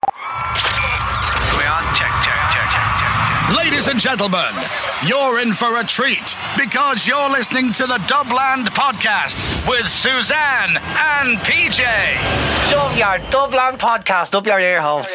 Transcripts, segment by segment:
We're on check, check, check, check, check, check. Ladies and gentlemen, you're in for a treat because you're listening to the Dubland Podcast with Suzanne and PJ. Shove your Dublin podcast up your ear holes.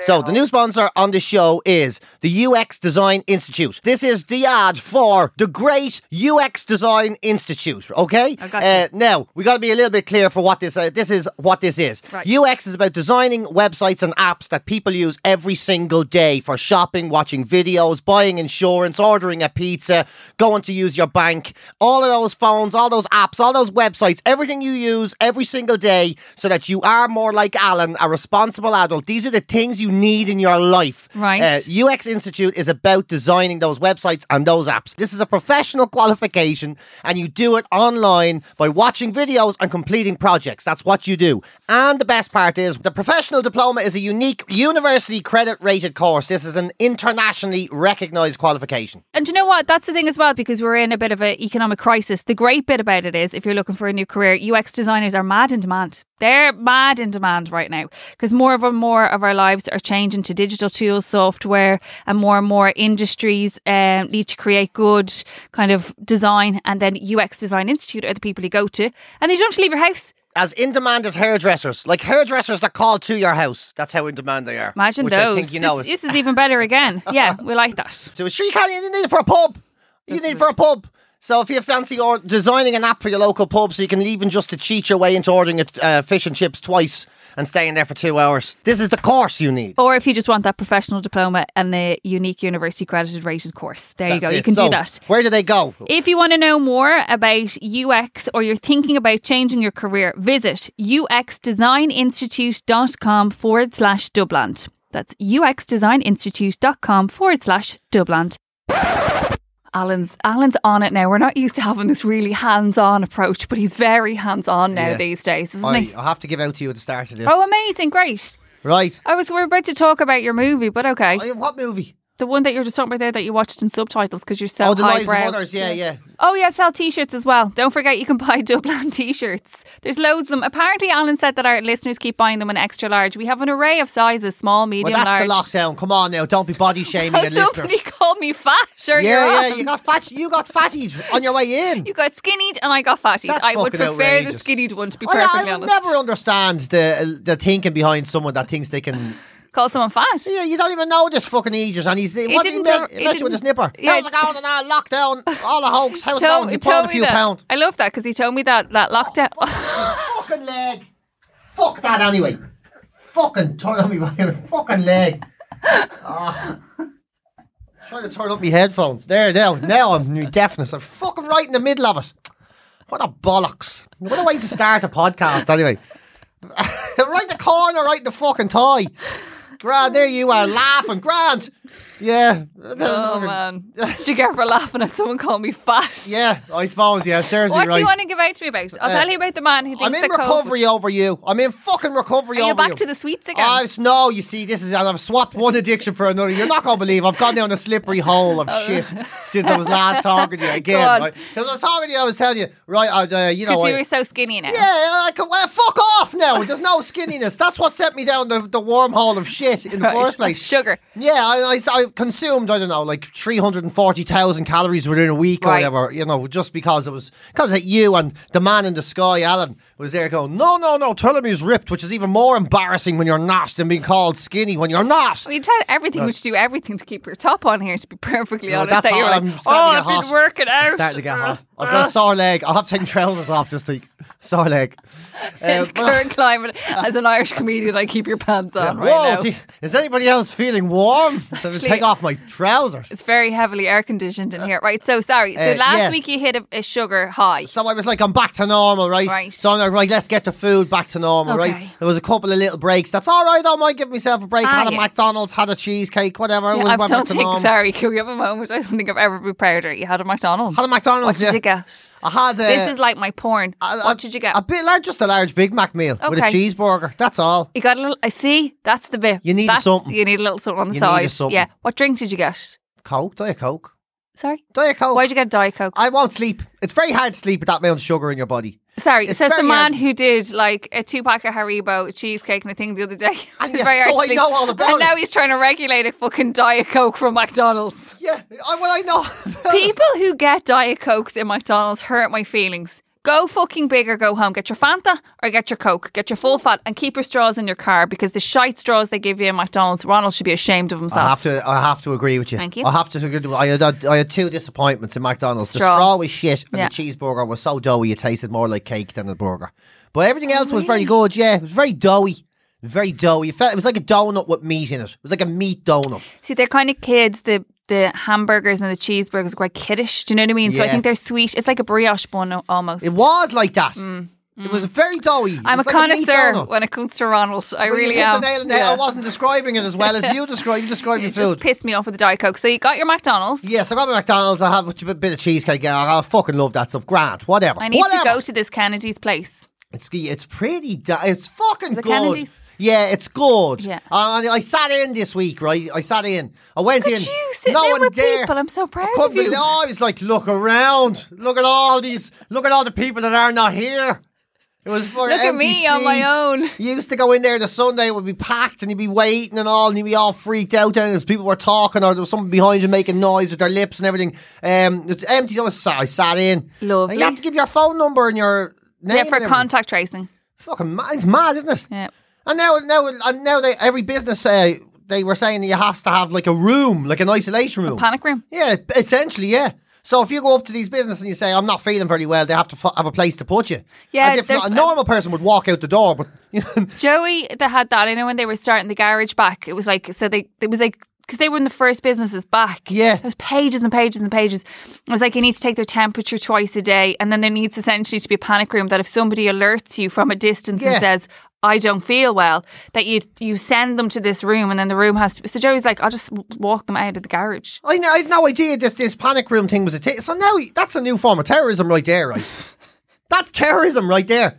So, the new sponsor on the show is the UX Design Institute. This is the ad for the great UX Design Institute, okay? I got you. now, we got to be a little bit clear for what this uh, this is what this is. Right. UX is about designing websites and apps that people use every single day for shopping, watching videos, buying insurance, ordering a pizza, going to use your bank, all of those phones, all those apps, all those websites, everything you use every single day so that you are more like Alan, a responsible adult. These are the things you need in your life. Right. Uh, UX Institute is about designing those websites and those apps. This is a professional qualification, and you do it online by watching videos and completing projects. That's what you do. And the best part is the professional diploma is a unique university credit rated course. This is an internationally recognized qualification. And do you know what? That's the thing as well, because we're in a bit of an economic crisis. The great bit about it is, if you're looking for a new career, UX designers are mad in demand. They're mad in demand right now because more and more of our lives are changing to digital tools, software, and more and more industries um, need to create good kind of design. And then UX Design Institute are the people you go to, and they don't have to leave your house. As in demand as hairdressers, like hairdressers that call to your house. That's how in demand they are. Imagine which those. I think you know. this, is- this is even better again. yeah, we like that. So a street cat you need it for a pub. You need it for a pub. So if you fancy or designing an app for your local pub, so you can even just to cheat your way into ordering a, uh, fish and chips twice and staying there for two hours. This is the course you need. Or if you just want that professional diploma and the unique university credited rated course, there you That's go. You it. can So, do that. Where do they go? If you want to know more about UX or you're thinking about changing your career, visit uxdesigninstitute.com forward slash Dubland. That's uxdesigninstitute.com forward slash Dubland. Alan's Alan's on it now. We're not used to having this really hands-on approach, but he's very hands-on now Yeah. these days, isn't I, he? I'll have to give out to you at the start of this. Oh, amazing! Great. right. I was we are about to talk about your movie, but okay, Oh, What movie? the one that you were just talking about there that you watched in subtitles because you're so oh, The Lives of highbrow. Others. Yeah, yeah. Oh yeah, sell t-shirts as well. Don't forget you can buy Dublin t-shirts. There's loads of them. Apparently, Alan said that our listeners keep buying them in extra large. We have an array of sizes: small, medium, Well, that's large. the lockdown. Come on now. Don't be body shaming Oh, the somebody listeners. called me fat. Sure, Yeah, yeah. on. You got fat. You got fattied on your way in. You got skinnied and I got fattied. That's I would fucking prefer outrageous. the skinnied one to be I- perfectly I, will honest. never understand the the thinking behind someone that thinks they can. Call someone fat. Yeah, you don't even know this fucking Aegis, and he's what did he didn't make? tell- he Mess you with didn't- his nipper. yeah. How's it going in our lockdown? All the hoax. How's it Tell- going? You tell bought a me few that. pound. I love that because he told me that that lockdown. fucking leg. Fuck that anyway. Fucking turn on me fucking leg. Ah. Trying to turn up my headphones. There, now, now I'm new deafness. I'm fucking right in the middle of it. What a bollocks. What a way to start a podcast anyway. right in the corner, right in the fucking tie. Grand, there you are laughing. Grand. Yeah. Oh man, that's what you get for laughing at someone calling me fat. Yeah, I suppose. Yeah, seriously, What right. do you want to give out to me about? I'll Uh, tell you about the man who I'm thinks in that COVID- recovery over you. I'm in fucking recovery Are over you back you. to the sweets again? Oh, it's- no, you see, this is, and I've swapped one addiction for another. You're not going to believe I've gone down a slippery hole of shit since I was last talking to you again. Oh. Go on. Because I was talking to you, I was telling you, right, I, uh, you know. Because I, you were so skinny now. yeah, I can, well, fuck off now. There's no skinniness. That's what sent me down the, the wormhole of shit in the Right. first place. Sugar. Yeah, I, I, I consumed, I don't know, like 340,000 calories within a week Right. or whatever, you know, just because it was, because of you and the man in the sky, Alan, was there going, no, no, no, tell him he's ripped, which is even more embarrassing when you're not than being called skinny when you're not. We tried everything. We should do everything to keep your top on here. To be perfectly No, honest, that's that how you're I'm like, starting oh, to get I've hot. been working out. Starting to get hot. I've got a sore leg. I'll have to take trousers off this week. Sore leg. Uh, In current climate, as an Irish comedian, I keep your pants on right Uh, Whoa, now. do you- is anybody else feeling warm? So just Actually- take off my trousers. it's very heavily air conditioned in here. Right, so sorry. So Uh, last yeah. week you hit a, a sugar high. So I was like, I'm back to normal, right? Right. So I like, right, let's get the food back to normal, Okay. right? There was a couple of little breaks. That's all right. I might give myself a break. Ah, had a yeah. McDonald's, had a cheesecake, whatever. Yeah, we I went back don't to think. normal. Sorry, can we have a moment? I don't think I've ever been prouder. You had a McDonald's. Had a What McDonald's. did yeah. you get? I had. Uh, this is like my porn. a- what a- did you get? A bit, like just a large Big Mac meal with a Okay. cheeseburger. That's all. you got a little. I see. That's the bit. You need That's- something. You need a little something on the You need side. a something. Yeah. What drink did you get? Coke, diet Coke, Sorry. diet Coke. Why'd you get Diet Coke? Oh. I won't sleep. It's very hard to sleep with that amount of sugar in your body. Sorry, It's says the very man hard- who did like a two pack of Haribo cheesecake and a thing the other day. And It's yeah, very so hard to I sleep. know all about And now it. he's trying to regulate a fucking Diet Coke from McDonald's. Yeah, I, well, I know. about it. People who get Diet Cokes in McDonald's hurt my feelings. Go fucking big or go home. Get your Fanta or get your Coke. Get your full fat and keep your straws in your car because the shite straws they give you in McDonald's, Ronald should be ashamed of himself. I have to. I have to agree with you. Thank you. I have to agree. with- I had, I had two disappointments in McDonald's. The Straw. straw was shit, and Yeah. the cheeseburger was so doughy it tasted more like cake than a burger. But everything Oh, else was very good. Yeah, it was very doughy. Very doughy. It, felt, it was like a donut with meat in it. It was like a meat donut. See, they're kind of kids. The the hamburgers and the cheeseburgers are quite kiddish. Do you know what I mean? So I Yeah. think they're sweet. It's like a brioche bun o- almost. It was like that. It was very doughy. It Mm, I'm a was like meat connoisseur donut. when it comes to Ronald. I Well, you really hit am. The nail on the head. Yeah. I wasn't describing it as well as you described. You described the It just food. pissed me off with the Diet Coke. So you got your McDonald's. Yes, I got my McDonald's. I have a bit of cheesecake. I, I fucking love that stuff. Grand, whatever. I need whatever. to go to this Kennedy's place. It's it's pretty. Da- it's fucking it good. Kennedy's? Yeah, it's good. Yeah. Uh, I sat in this week, right? I sat in. I went Look in. at you sitting no in one with there. people. I'm so proud Couldn't of you. believe- I was like, look around. Look at all these. Look at all the people that are not here. It was fucking Look at empty me on my seats. own. You used to go in there the Sunday, it would be packed and you'd be waiting and all, and you'd be all freaked out. And as people were talking, or there was someone behind you making noise with their lips and everything. Um, it's empty. I, was, I sat in. Lovely. And you have to give your phone number and your name. Yeah, and for everything. contact tracing. Fucking mad. It's mad, isn't it? Yeah. And now, now, and now, they, every business uh, they were saying that you have to have like a room, like an isolation room. Panic room. Yeah, essentially, yeah. So if you go up to these businesses and you say, "I'm not feeling very well," they have to f- have a place to put you. Yeah, as if there's- a normal person would walk out the door, but you know, Joey that had that, I know when they were starting the garage back, it was like, so they, it was like, because they were in the first businesses back. Yeah. It was pages and pages and pages. It was like, you need to take their temperature twice a day. And then there needs essentially to be a panic room that if somebody alerts you from a distance and Yeah. says, I don't feel well, that you you send them to this room and then the room has to. So Joey's like, I'll just w- walk them out of the garage. I, kn- I had no idea this this panic room thing was a thing. So now y- that's a new form of terrorism, right there, right? that's terrorism, right there,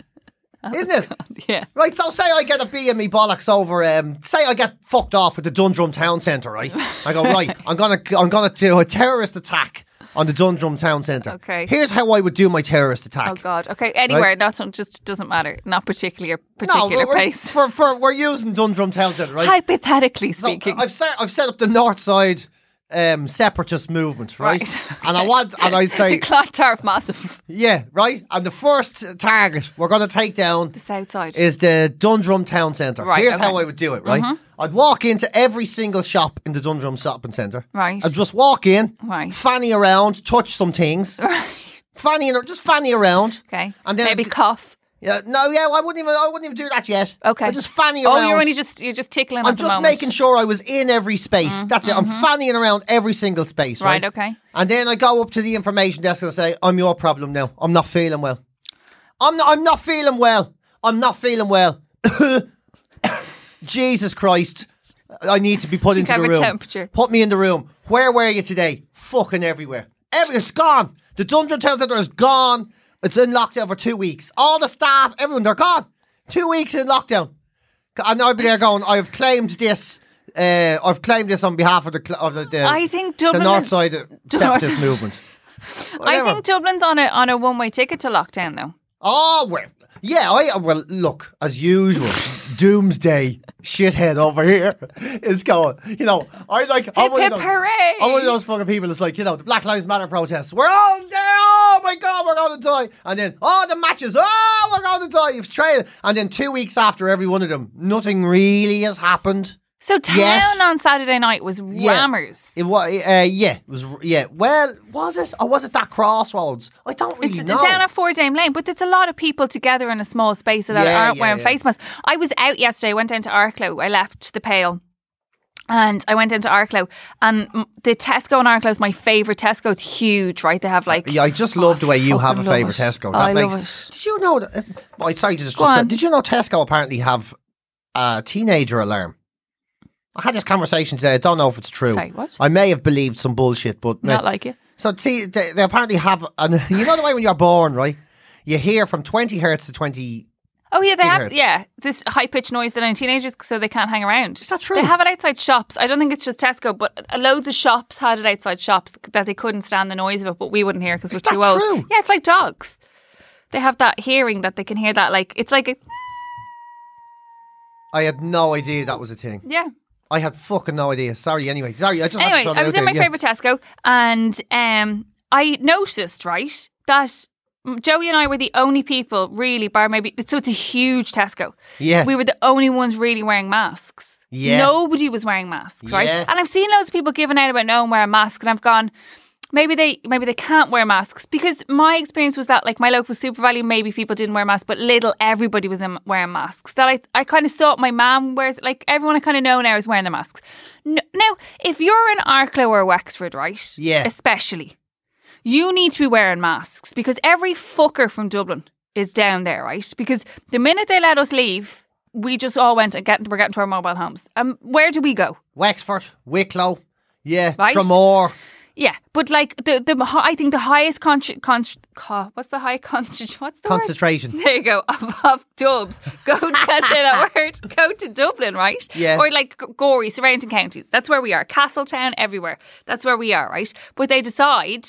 isn't it? Yeah. Right, so say I get a bee in me bollocks over. Um, say I get fucked off with the Dundrum Town Centre, right? I go right. I'm gonna I'm gonna do a terrorist attack on the Dundrum Town Centre. Okay. Here's how I would do my terrorist attack. Oh God. Okay. Anywhere. That's not just doesn't matter. Not particularly a particular no, we're, place. For, for we're using Dundrum Town Centre, right? Hypothetically So, speaking. I've set I've set up the North Side um, separatist movement, right? Right, And I want and I the say clock tariff massive. yeah, right. And the first target we're gonna take down The south side. is the Dundrum Town Centre. Right, Here's okay. Mm-hmm. how I would do it, right? I'd walk into every single shop in the Dundrum Shopping Centre. Right. I'd just walk in, Right. fanny around, touch some things. Right. Fanny ar- just fanny around. okay. And then maybe I'd- cough. Yeah, no, yeah, I wouldn't even I wouldn't even do that yet. Okay. I'd just fanny Oh, around. you're only just you're just tickling. at I'm the just moment. making sure I was in every space. That's it. I'm fannying around every single space. Right, Right. okay. And then I go up to the information desk and say, "I'm your problem now. I'm not feeling well. I'm not. I'm not feeling well. I'm not feeling well. Jesus Christ." I need to be put into I the have a room. temperature. Put me in the room. Where were you today? Fucking everywhere. Every, it's gone. The Dundrum Town Centre is gone. It's in lockdown for two weeks. All the staff, everyone, they're gone. Two weeks in lockdown. And I'll be there going, I've claimed this. Uh, I've claimed this on behalf of the cl- of the, the, I think the Dublin- North Side North- Separatist Movement. I Whatever. think Dublin's on a on a one way ticket to lockdown though. Oh well, yeah. I well look as usual. doomsday shithead over here is going. You know, I like. I'm Hip, one of hip, those- hooray. I'm one of those fucking people. It's like you know the Black Lives Matter protests. We're all there. Oh my god, we're going to die. And then oh the matches. Oh we're going to die. You've trailed. And then two weeks after every one of them, nothing really has happened. So town Yes. on Saturday night was Yeah. rammers. It was uh, yeah. It was yeah. Well, was it or was it that crossroads? I don't really It's know. down at Four Dame Lane, but it's a lot of people together in a small space that Yeah, aren't yeah, wearing yeah. face masks. I was out yesterday, I went down to Arklow, I left the Pale. And I went into Arclow, and m- the Tesco in Arclow is my favorite Tesco. It's huge, right? They have like Uh, Yeah, I just love the way you have a Oh, fucking love favorite it. Tesco. I makes- love it. Did you know? That, well, sorry to Go disrupt. on. but Did you know Tesco apparently have a teenager alarm? I had this conversation today. I don't know if it's true. Sorry, what? I may have believed some bullshit, but not like it. so see, they, they apparently have. An, you know the way when you're born, right? You hear from twenty hertz to twenty. Oh yeah, they Big have herds. yeah this high pitched noise that only teenagers so they can't hang around. Is that true? They have it outside shops. I don't think it's just Tesco, but loads of shops had it outside shops that they couldn't stand the noise of it, but we wouldn't hear because we're that too old. true? Yeah, it's like dogs. They have that hearing that they can hear that like it's like a, I had no idea that was a thing. yeah. I had fucking no idea. Sorry. Anyway, sorry. I just had to Anyway, throw that I was out in my there, yeah. favorite Tesco and um I noticed right that. Joey and I were the only people, really, bar maybe. So it's a huge Tesco. Yeah. we were the only ones really wearing masks. Yeah. Nobody was wearing masks, right? Yeah. And I've seen loads of people giving out about no one wearing masks, and I've gone, maybe they maybe they can't wear masks because my experience was that like my local super value, maybe people didn't wear masks, but little everybody was in, wearing masks. That I I kind of saw my mum wears like everyone I kind of know now is wearing the masks. No, now if you're in Arklow or Wexford, right? Yeah. especially. You need to be wearing masks because every fucker from Dublin is down there, right? Because the minute they let us leave, we just all went and get, we're getting to our mobile homes. Um, where do we go? Wexford, Wicklow. Yeah. Right. Tremor. Yeah, but like the the hi- I think the highest con, con, co- what's the high constitution? What's the word? Concentration. There you go. Of, of dubs, go to can't say that word. Go to Dublin, right? Yeah. Or like G- Gorey, surrounding counties. That's where we are. Castletown, everywhere. That's where we are, right? But they decide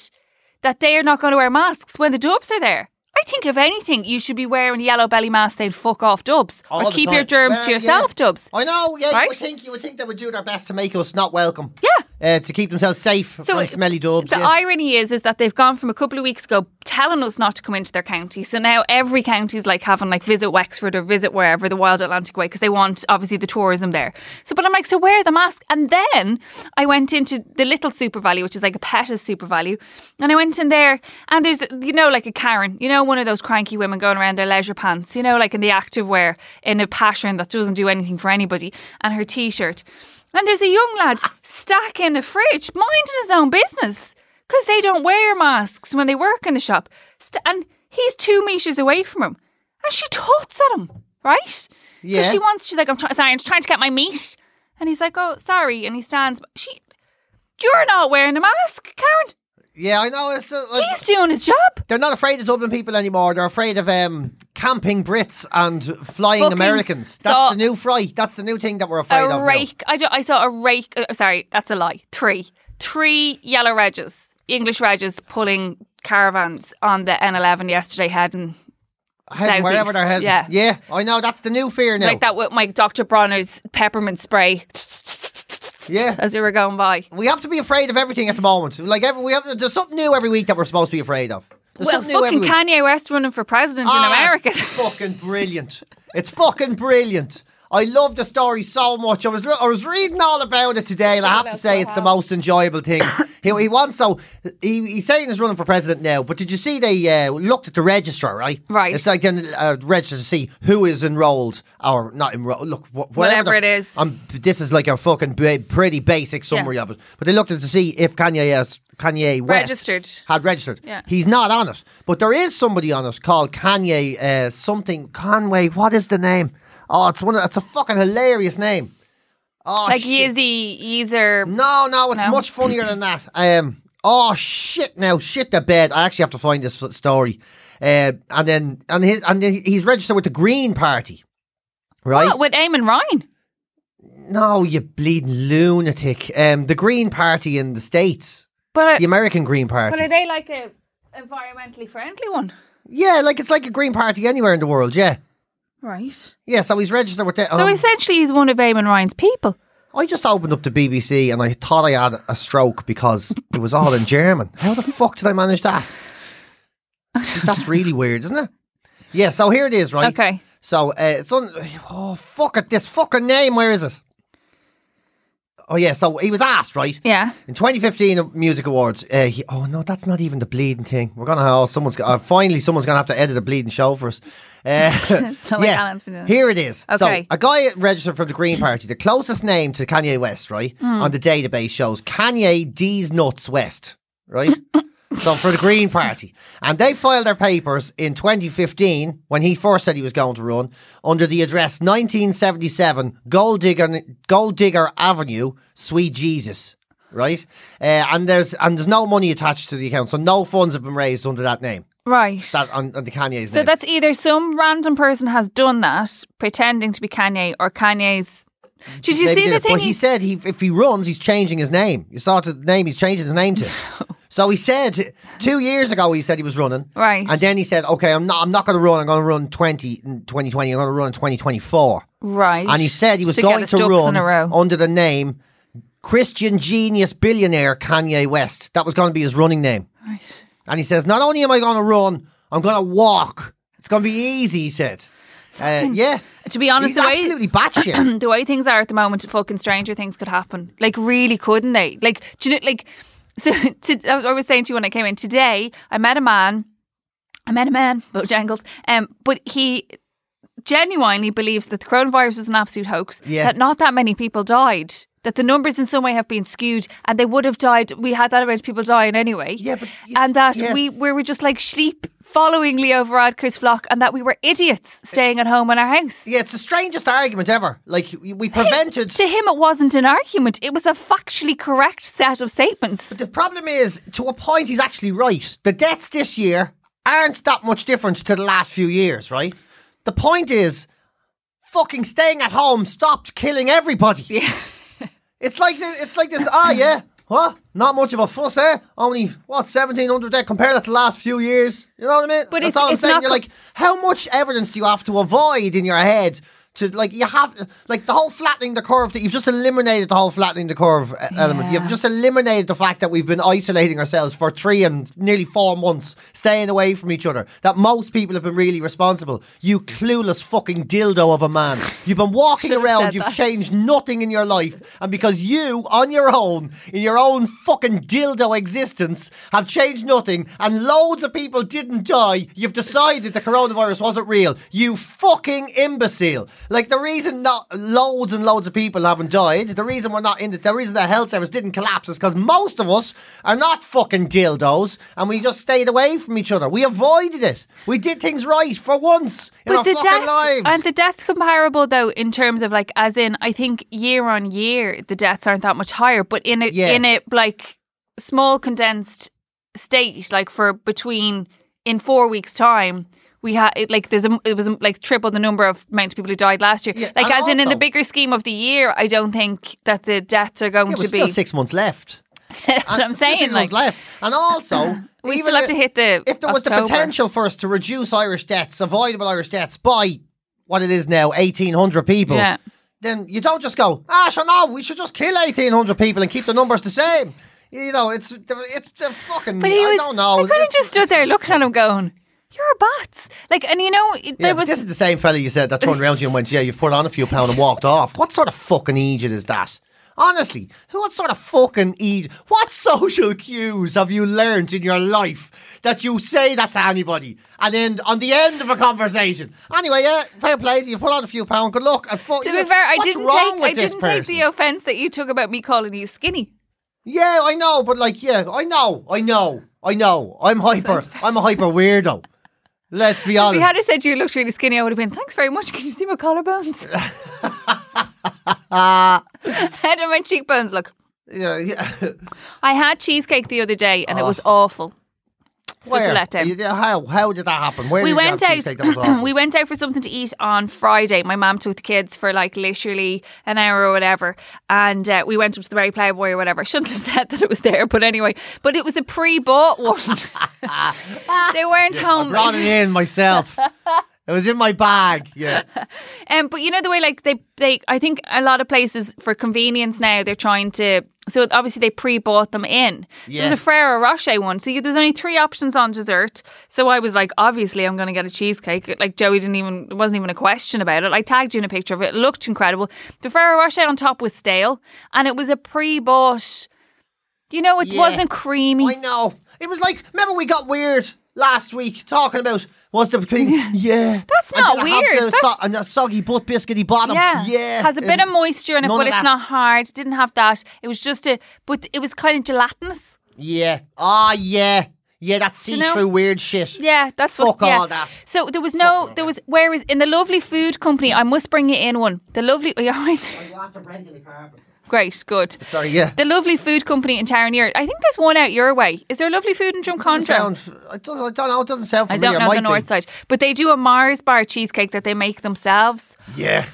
that they are not going to wear masks when the dubs are there. I think if anything, you should be wearing yellow belly masks. Saying fuck off, dubs, All or the keep time. your germs Well, to yourself, yeah. dubs. I know. Yeah. You Right? would think you would think they would do their best to make us not welcome. Yeah. Uh, to keep themselves safe from it- smelly dubs. The yeah. irony is, is that they've gone from a couple of weeks ago telling us not to come into their county. So now every county's like having like visit Wexford or visit wherever the Wild Atlantic Way because they want obviously the tourism there. So, but I'm like, so wear the mask. And then I went into the little Super Value, which is like a Pettis Super Value, and I went in there and there's you know like a Karen, you know one of those cranky women going around their leisure pants, you know like in the active wear in a pattern that doesn't do anything for anybody, and her t-shirt. And there's a young lad stacking a fridge, minding his own business, because they don't wear masks when they work in the shop. St- and he's two metres away from him. And she toots at him, right? 'Cause Yeah. she wants, she's like, I'm, try- sorry, I'm trying to get my meat. And he's like, oh, sorry. And he stands, she, you're not wearing a mask, Karen. yeah. I know. It's uh, like, He's doing his job. they're not afraid of Dublin people anymore. They're afraid of um, camping Brits and flying Fucking- Americans. That's so- the new fright. That's the new thing that we're afraid of. A now. rake. I, do- I saw a rake. uh, sorry, that's a lie. Three. Three yellow Regis, English Regis pulling caravans on the N11 yesterday heading Heading wherever Southeast, they're heading. yeah. yeah, I know. That's the new fear now. Like that with my Dr. Bronner's peppermint spray Yeah. as we were going by. We have to be afraid of everything at the moment. Like every, we have, there's something new every week that we're supposed to be afraid of. There's Well, something new every fucking week. Kanye West running for president Ah, in America. it's fucking brilliant. It's fucking brilliant. I love the story so much. I was I was reading all about it today, and I have to say it's the most enjoyable thing. he, he wants so he, he's saying he's running for president now. But did you see they uh, looked at the register, right? Right. It's like a uh, register to see who is enrolled or not enrolled. Look, wh- whatever, Whatever the it is. I'm, this is like a fucking ba- pretty basic summary of it. But they looked at it to see if Kanye has, Kanye West Registered. had registered. Yeah. He's not on it. But there is somebody on it called Kanye uh, something Conway. What is the name? Oh, it's one of, it's a fucking hilarious name. Oh, like shit. Yeezy, Yeezer. No, no, it's No? much funnier than that. Um oh shit now, shit the bed. I actually have to find this f- story. Uh, and then and his and then he's registered with the Green Party. Right? What, with Eamon Ryan. No, you bleeding lunatic. Um the Green Party in the States. But The are, American Green Party. but are they like a environmentally friendly one? Yeah, like it's like a Green Party anywhere in the world, yeah. Right. Yeah, so he's registered with the. so um, essentially, he's one of Eamon Ryan's people. I just opened up the BBC and I thought I had a stroke because it was all in German. How the fuck did I manage that? That's really weird, isn't it? Yeah, so here it is, right? Okay. So uh, it's on. Oh, fuck it. This fucking name, where is it? Oh yeah, so he was asked, right? Yeah. In 2015 Music Awards, uh, he, oh no, that's not even the bleeding thing. We're gonna oh, someone's go- uh, finally someone's gonna have to edit a bleeding show for us. Uh, It's not like Alan's been doing it. Here it is. So Okay. a guy registered from the Green Party, the closest name to Kanye West, right? Hmm. On the database shows Kanye D's nuts West, right? so for the Green Party, and they filed their papers in 2015 when he first said he was going to run under the address 1977 Gold Digger Gold Digger Avenue, Sweet Jesus. Right, uh, and there's and there's no money attached to the account, so no funds have been raised under that name, Right. that on, on the Kanye's so name. that's either some random person has done that, pretending to be Kanye, or Kanye's. Did you Maybe see did the it, thing? But he said he if he runs, he's changing his name. You saw the name he's changing his name to. so he said two years ago he said he was running. Right. And then he said, Okay, I'm not I'm not gonna run, I'm gonna run 20, in 2020, I'm gonna run in twenty twenty four. right. And he said he was to get going his to ducks run in a row. under the name Christian genius billionaire Kanye West. That was gonna be his running name. Right. And he says, Not only am I gonna run, I'm gonna walk. It's gonna be easy, he said. Uh, yeah. To be honest, He's the way, absolutely batshit. the way things are at the moment, fucking stranger things could happen. Like, really, couldn't they? Like, do you know, like, so to, I was- I was saying to you when I came in today, I met a man. I met a man, Bojangles, um, but he genuinely believes that the coronavirus was an absolute hoax, Yeah. that not that many people died, that the numbers in some way have been skewed, and they would have died. We had that amount of people dying anyway. Yeah, but you s- and that yeah. we, we were just like sheep following Leo Varadkar's flock, and that we were idiots staying at home in our house. Yeah, it's the strangest argument ever. Like we we prevented. To him, it wasn't an argument. It was a factually correct set of statements. The problem is, to a point, he's actually right. The deaths this year aren't that much different to the last few years, right? The point is, fucking staying at home stopped killing everybody. Yeah. it's like the, it's like this. Ah, yeah. What? Not much of a fuss, eh? Only what seventeen hundred death. Compare that to the last few years. You know what I mean? But it's- That's all I'm it's saying. not You're co- like, how much evidence do you have to avoid in your head to like you have like the whole flattening the curve that you've just eliminated the whole flattening the curve uh, element. You've Yeah. just eliminated the fact that we've been isolating ourselves for three and nearly four months, staying away from each other. That most people have been really responsible. You clueless fucking dildo of a man. You've been walking Should've around. said You've that. changed nothing in your life, and because you, on your own, in your own fucking dildo existence, have changed nothing, and loads of people didn't die, you've decided the coronavirus wasn't real. You fucking imbecile! Like the reason not loads and loads of people haven't died, the reason we're not in the, the reason the health service didn't collapse is because most of us are not fucking dildos, and we just stayed away from each other. We avoided it. We did things right for once in our But the fucking deaths lives. and the deaths comparable though in terms of like as in I think year on year the deaths aren't that much higher, but in a Yeah. in a like small condensed state, like for between in four weeks time. We had it, like there's a, it was like triple the number of amount of people who died last year. Yeah, like and as in in the also- bigger scheme of the year, I don't think that the deaths are going yeah, to we're be. still six months left. that's what I'm It's just saying. seasonal Like left. And also, we even still have if- to hit the If there was the October. potential for us to reduce Irish deaths, avoidable Irish deaths, by what it is now, 1,800 people, Yeah. then you don't just go, ah, sure, no, we should just kill 1,800 people and keep the numbers the same. You know, it's it's the fucking. But he I was. don't know. I kind of just stood there looking at him, going, "You're a bat." Like, and you know, it, Yeah, there but was. this is the same fella you said that turned around to you and went, "Yeah, you've put on a few pound and walked off." What sort of fucking idiot is that? Honestly, who- what sort of fucking idiot? What social cues have you learnt in your life that you say that to anybody, and then on the end of a conversation? Anyway, yeah, fair play. You put on a few pound. Good luck. And fuck, to you- be fair, I what's didn't wrong take. with I this didn't take person? the offence that you took about me calling you skinny. Yeah, I know, but like, yeah, I know, I know, I know. I'm hyper. I'm a hyper weirdo. Let's be If honest. you had have said you looked really skinny, I would have been. Thanks very much. Can you see my collarbones? How do my cheekbones look? yeah, yeah. I had cheesecake the other day, and it was awful. Such a Oh. Where? letdown. You- How how did that happen? Where we did you went have cheesecake that was out. awful? we went out for something to eat on Friday. My mum took the kids for like literally an hour or whatever, and uh, we went up to the Mary Playboy or whatever. I shouldn't have said that it was there, but anyway. But it was a pre-bought one. they weren't I home. brought it in myself. it was in my bag. Yeah, Um, but you know the way, like they, they, I think a lot of places for convenience now they're trying to So obviously they pre-bought them in. So it Yeah. was a Ferrero Rocher one. So you, there's only three options on dessert. So I was like, obviously I'm going to get a cheesecake. Like Joey didn't even, it wasn't even a question about it. I tagged you in a picture of it. It looked incredible. The Ferrero Rocher on top was stale, and it was a pre-bought. You know, it Yeah. wasn't creamy. I know. It was like, remember we got weird last week talking about was the between yeah. That's and not then I have weird. The That's- so- and the soggy butt biscuity bottom. Yeah. Yeah, Has a bit And- of moisture in it, none but of it's that. not hard. Didn't have that. It was just a, but it was kind of gelatinous. Yeah. Ah, yeah. Yeah, that you see know- through weird shit. Yeah, that's Fuck what. Yeah. all that. So there was no, there was. Whereas in the lovely food company, I must bring you in one. The lovely, oh, are you all right? Great, good. Sorry, yeah. The lovely food company in Taranier. I think there's one out your way. Is there lovely food in Drumcondra? Doesn't sound, f- it doesn't, I don't know. It doesn't sound I familiar. don't it know might the north be. side, but they do a Mars bar cheesecake that they make themselves. Yeah.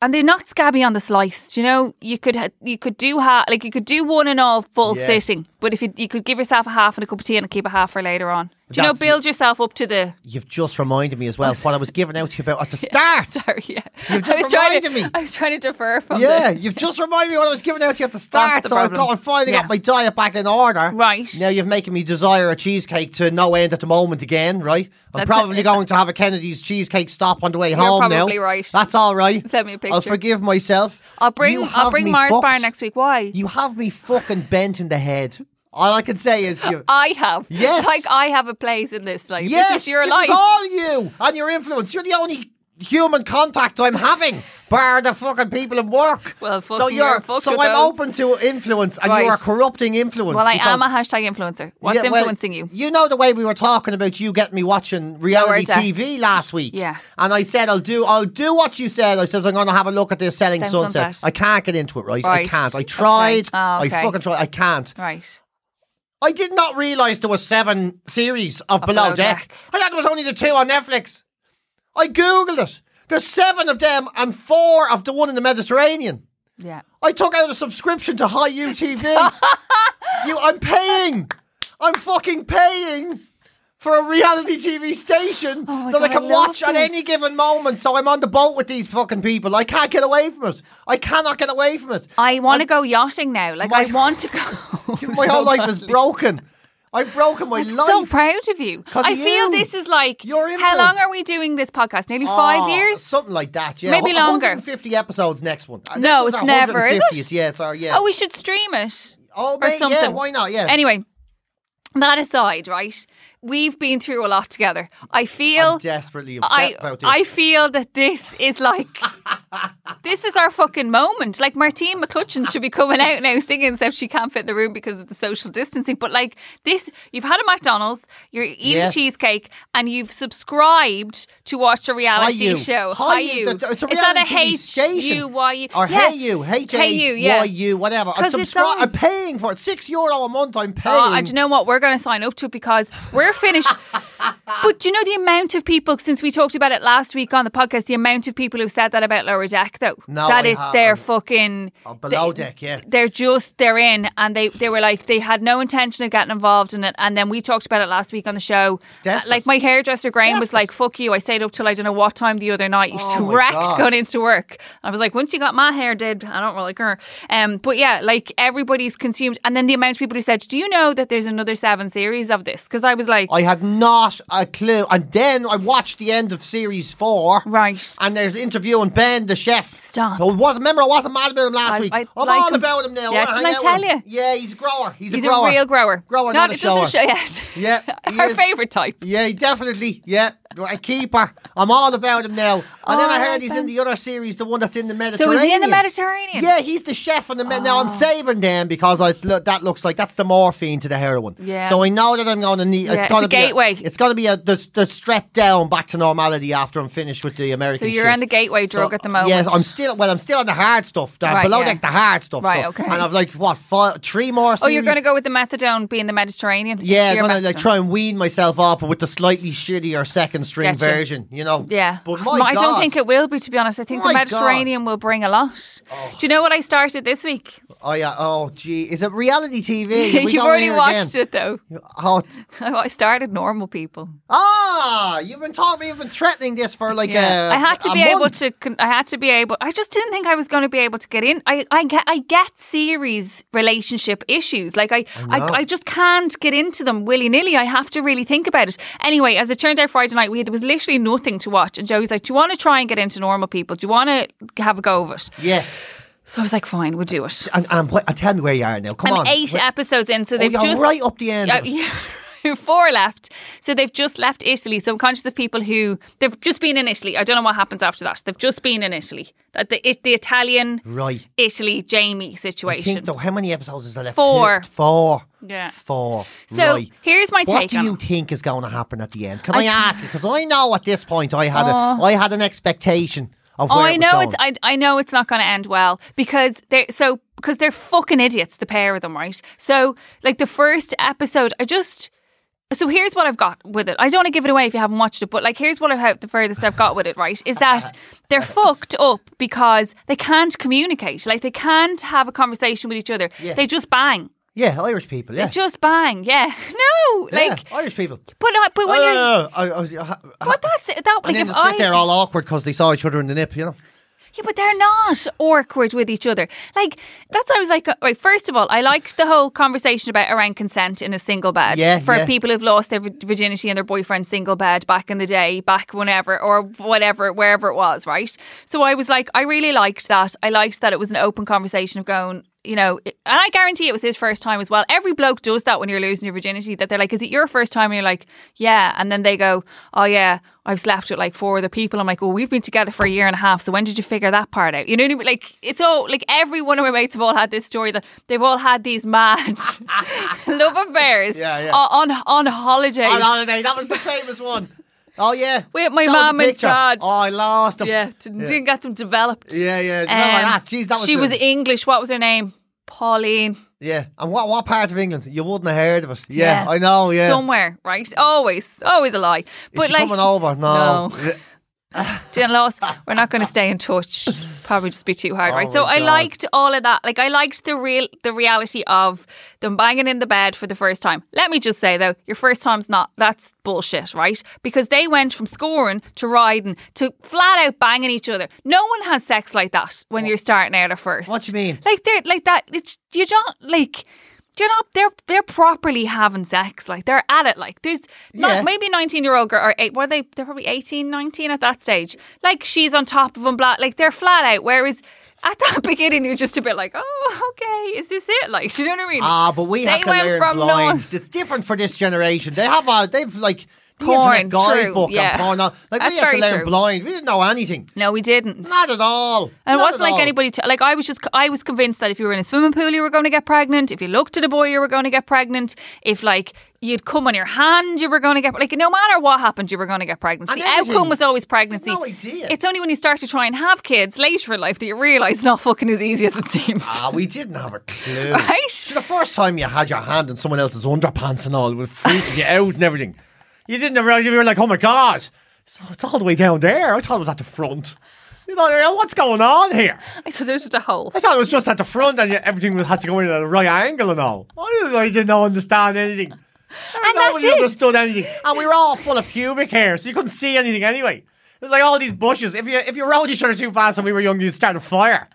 and they're not scabby on the slice. do You know, you could ha- you could do ha- like you could do one and all full Yeah. sitting, but if you you could give yourself a half and a cup of tea and keep a half for later on. Do you know, That's- build yourself up to the. You've just reminded me as well what I was giving out to you about at the start. Sorry, yeah. just I was trying to. reminded me. I was trying to defer from. Yeah, the- you've just reminded me what I was giving out to you at the start, the so I've got problem. I finally Yeah. got my diet back in order. Right. Now you've making me desire a cheesecake to no end at the moment again, right? I'm That's probably it. going to have a Kennedy's cheesecake stop on the way home probably now. right. That's all right. Send me a I'll picture. forgive myself. I'll bring You I'll have bring me Mars fucked. bar next week. Why? You have me fucking bent in the head. All I can say is you I have. Yes. Like I have a place in this. Like Yes, this is your this life. is all you and your influence. You're the only human contact I'm having, bar the fucking people in work. Well, fuck so you, you're, you're fucked so with I'm those. open to influence, and Right. you are corrupting influence. well, I am because- a hashtag influencer. What's Yeah, well, influencing you? You know the way we were talking about you getting me watching reality Lower Deck. TV last week. Yeah. and I said I'll do I'll do what you said. I says I'm going to have a look at this selling Selling sunset. Sunset. I can't get into it. Right, Right. I can't. I tried. Okay. Ah, I okay. fucking tried. I can't. Right. I did not realise there was seven series of Below, Below Deck. Deck. I thought there was only the two on Netflix. I googled it. There's seven of them and four of the one in the Mediterranean. Yeah. I took out a subscription to High UTV. you, I'm paying. I'm fucking paying for a reality TV station Oh my that I God, can I love watch at this. any given moment. So I'm on the boat with these fucking people. I can't get away from it. I cannot get away from it. I want to go yachting now. Like My- I want to go. my so whole life is badly. broken. I've broken my I'm life. so proud of you. 'Cause I of feel you. this is like Your how long influence. are we doing this podcast? Nearly five Oh, years. something like that. Yeah, Maybe Hu- longer. 150 episodes next one. Uh, next No, one's it's our never, is it? 150th. Yeah, it's our yeah. Oh, we should stream it. oh or mate, something. yeah. Why not? Yeah. Anyway, that aside, right? We've been through a lot together. I I'm feel. desperately upset I, about this. I feel that this is like this is our fucking moment. Like Martine McCutcheon should be coming out now singing, except she can't fit in the room because of the social distancing. But like this, you've had a McDonald's, you're eating Yeah. cheesecake, and you've subscribed to watch a reality Hi-U. show. Hi-U. Hi-U. Th- th- It's a is that a reality TV station. H-U-Y-U? Or Yeah. hey you, H A Hey you, yeah. Y U, whatever. I 'Cause it's um, subscribe. on. I'm paying for it. Six euro a month. I'm paying. Oh, and do you know what? We're going to sign up to it because we're finished. but do you know the amount of people since we talked about it last week on the podcast? The amount of people who said that about Lower Deck, though, No, that I it's their haven't. fucking Oh, below they- deck, yeah. They're just they're in, and they they were like they had no intention of getting involved in it. And then we talked about it last week on the show. Uh, Desperate. Like my hairdresser Graham was Desperate. like, "Fuck you!" I stayed up till I don't know what time the other night. You just Oh my wrecked God. going into work. I was like, once you got my hair did, I don't really care. Um, but yeah, like everybody's consumed, and then the amount of people who said, "Do you know that there's another seven series of this?" Because I was like, I had not a clue. And then I watched the end of series four. right. And there's interviewing Ben, the chef. Stop. Who was, remember, I wasn't mad about him last I- week. I I'm like all him. about him now. Yeah, wanna didn't hang I out tell with him. you? Yeah, he's a grower. He's, He's a grower. a real grower. Grower, No, not, a it doesn't shower. show yet. Yeah, he Her is. favorite type. Yeah, he definitely. Yeah, a keeper. I'm all about him now. And then I All heard right he's then. in the other series, the one that's in the So Mediterranean. is he in the Mediterranean? Ah. Yeah, he's the chef on the Med. Now I'm saving them because I look, that looks like that's the morphine to the heroin. Yeah. So I know that I'm going to need. Yeah, it's going it's to a be gateway. it's going to be a the, the strep down back to normality after I'm finished with the American. So you're shit. on the gateway drug at the moment. Yes, I'm still. Well, I'm still on the hard stuff. The Right, below yeah. deck, the hard stuff. Right, so- okay. And I've like what five, three more. Oh, you're series? going to go with the methadone being the Mediterranean? Yeah, Your I'm gonna like methadone. try and wean myself off with the slightly shittier second second string Getcha. version, you know. Yeah. But my No, I don't God. think it will be, to be honest. I think My the God. Mediterranean will bring a lot. Do you know what I started this week? Oh yeah. Oh gee, is it reality TV? We You've going already here watched again? it, though. Oh, I started normal people. ah! You've been talking. You've been threatening this for like Yeah. a. I had to a be able month. to. con- I had to be able. I just didn't think I was going to be able to get in. I I get I get series relationship issues. Like I I, know. I, just can't get into them willy nilly. I have to really think about it. Anyway, as it turned out, Friday night we had, there was literally nothing to watch, and Joey's like, "Do you want to try and get into normal people? Do you want to have a go of it?" Yeah. So I was like, "Fine, we'll do it." And, and what, tell me where you are now. Come I'm on. eight Wait. episodes in, so Oh, they've you're just right up the end. Yeah, yeah, four left. So they've just left Italy. So I'm conscious of people who they've just been in Italy. I don't know what happens after that. They've just been in Italy. That the it- the Italian Right. Italy Jamie I think situation. though, how many episodes is there left? Four. Two- Four. Yeah. Four. So right. here's my What take do on you it. think is going to happen at the end? Can I I, can't- ask? Because I know at this point I had a, I had an expectation of Oh, where I it was know going. it's I, I know it's not going to end well because they're so because they're fucking idiots, the pair of them, right? So like the first episode, I just so here's what I've got with it. I don't want to give it away if you haven't watched it, but like here's what I have the furthest I've got with it, right? Is that they're fucked up because they can't communicate, like they can't have a conversation with each other. They just bang. yeah, Irish people. Yeah. They just bang. Yeah, no, Yeah, like Irish people. but not- but when you're Uh, I- I- I- but that's that like and then if they I sit there all awkward because they saw each other in the nip, you know. Yeah, but they're not awkward with each other. Like that's what I was like. uh, Right, first of all, I liked the whole conversation about around consent in a single bed Yeah, for yeah. people who've lost their vir- virginity in their boyfriend's single bed back in the day, back whenever or whatever, wherever it was. Right. So I was like, I really liked that. I liked that it was an open conversation of going. You know, it- and I guarantee it was his first time as well. Every bloke does that when you're losing your virginity, that they're like, Is it your first time? And you're like, Yeah. And then they go, Oh, yeah, I've slept with like four other people. I'm like, well, we've been together for a year and a half. So when did you figure that part out? You know what I mean? Like, it's all like every one of my mates have all had this story that they've all had these mad love affairs Yeah, yeah. on on holidays. On holiday, that was the famous one. Oh yeah. With my Show us a mum and picture. dad. Oh, I lost them. yeah, didn't, didn't get them developed. Yeah, yeah. Remember Um, that? Jeez, that was she the- was English. What was her name? Pauline. Yeah. And what what part of England? You wouldn't have heard of it. Yeah, Yeah. I know, Oh, yeah. Somewhere, right? Always, always a lie. Is But she like, coming over? No. No. Jen Loss, we're not going to stay in touch. It's probably just be too hard, right? Oh So my I God. liked all of that. Like I liked the real, the reality of them banging in the bed for the first time. Let me just say though, your first time's not. That's bullshit, right? Because they went from scoring to riding to flat out banging each other. No one has sex like that when you're starting out at first. What do you mean? Like they're like that. It's, you don't like. You're not. They're they're properly having sex. Like they're at it. Like there's not Yeah. maybe maybe 19 year old girl or eight, were they? They're probably 18, 19 at that stage. Like she's on top of them, blah, like they're flat out. Whereas at that beginning, you're just a bit like, oh, okay, is this it? Like, do you know what I mean? Ah, but we They have to went learn from blind. not- It's different for this generation. They have a they've like the Porn, internet true, guidebook yeah. and porn. Like That's we had very to learn true. blind. We didn't know anything. no, we didn't. Not at all. and it Not wasn't at like all. anybody, t- like I was just, I was convinced that if you were in a swimming pool, you were going to get pregnant. If you looked at a boy, you were going to get pregnant. If like you'd come on your hand, you were going to get, like no matter what happened, you were going to get pregnant. And the everything- outcome was always pregnancy. no idea. It's only when you start to try and have kids later in life that you realise it's not fucking as easy as it seems. Ah, we didn't have a clue. Right? See, the first time you had your hand in someone else's underpants and all, it was freaking you out and everything. You didn't realize you were like, oh my god, so it's all the way down there. I thought it was at the front. You know, what's going on here? I thought there was just a hole. I thought it was just at the front and everything was- had to go in at a right angle and all. I didn't, I didn't understand anything. And that's Nobody it. understood anything. And we were all full of pubic hair, so you couldn't see anything anyway. It was like all these bushes. If you if you rode each other too fast when we were young, you'd start a fire.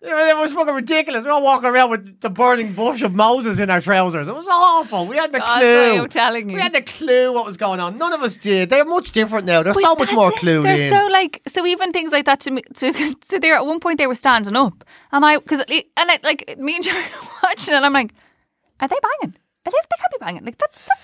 It was- it was fucking ridiculous. We were all walking around with the burning bush of Moses in our trousers. It was awful. We had no God, clue. I'm telling you. We had no clue what was going on. None of us did. They're much different now. They're But so much that's more it. clued They're in. so like so even things like that to me to so there at one point they were standing up and I because and I like me and Jerry were watching and I'm like are they banging? Are they they can't be banging like that's. that-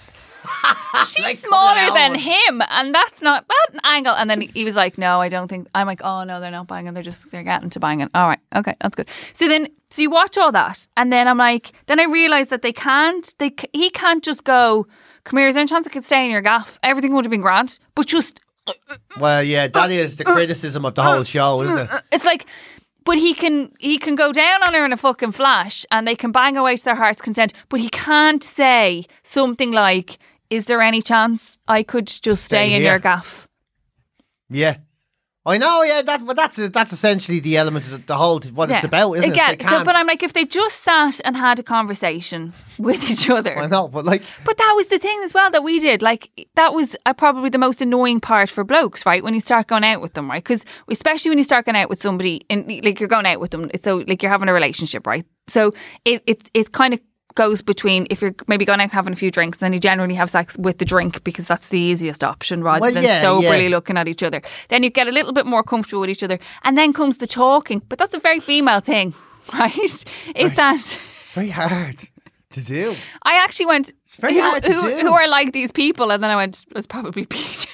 She's Like, come on, smaller than Alan. him, and that's not that angle. And then he was like, "No, I don't think." I'm like, "Oh no, they're not banging. They're just they're getting to banging." All right, okay, that's good. So then, so you watch all that, and then I'm like, then I realized that they can't. They c- he can't just go. Come here. Is there any chance I could stay in your gaff? Everything would have been grand, but just Well, yeah, that is the criticism of the whole show, isn't it? It's like, but he can he can go down on her in a fucking flash, and they can bang away to their heart's content. But he can't say something like, is there any chance I could just stay, Stay in here. your gaff? Yeah. I know, yeah, that, but that's that's essentially the element of the, the whole, what it's Yeah. about, isn't Again, it? They so, can't- but I'm like, if they just sat and had a conversation with each other, I know, but like, But that was the thing as well that we did. Like that was uh, probably the most annoying part for blokes, right? When you start going out with them, right? Because especially when you start going out with somebody, and like you're going out with them, so like you're having a relationship, right? So it it it kind of goes between if you're maybe going out having a few drinks, then you generally have sex with the drink because that's the easiest option rather Well, than yeah, soberly yeah. looking at each other. Then you get a little bit more comfortable with each other, and then comes the talking. But that's a very female thing, right? Is that it's very hard to do. I actually went, very who, hard to who, do. who are like these people? And then I went, it's probably PJ.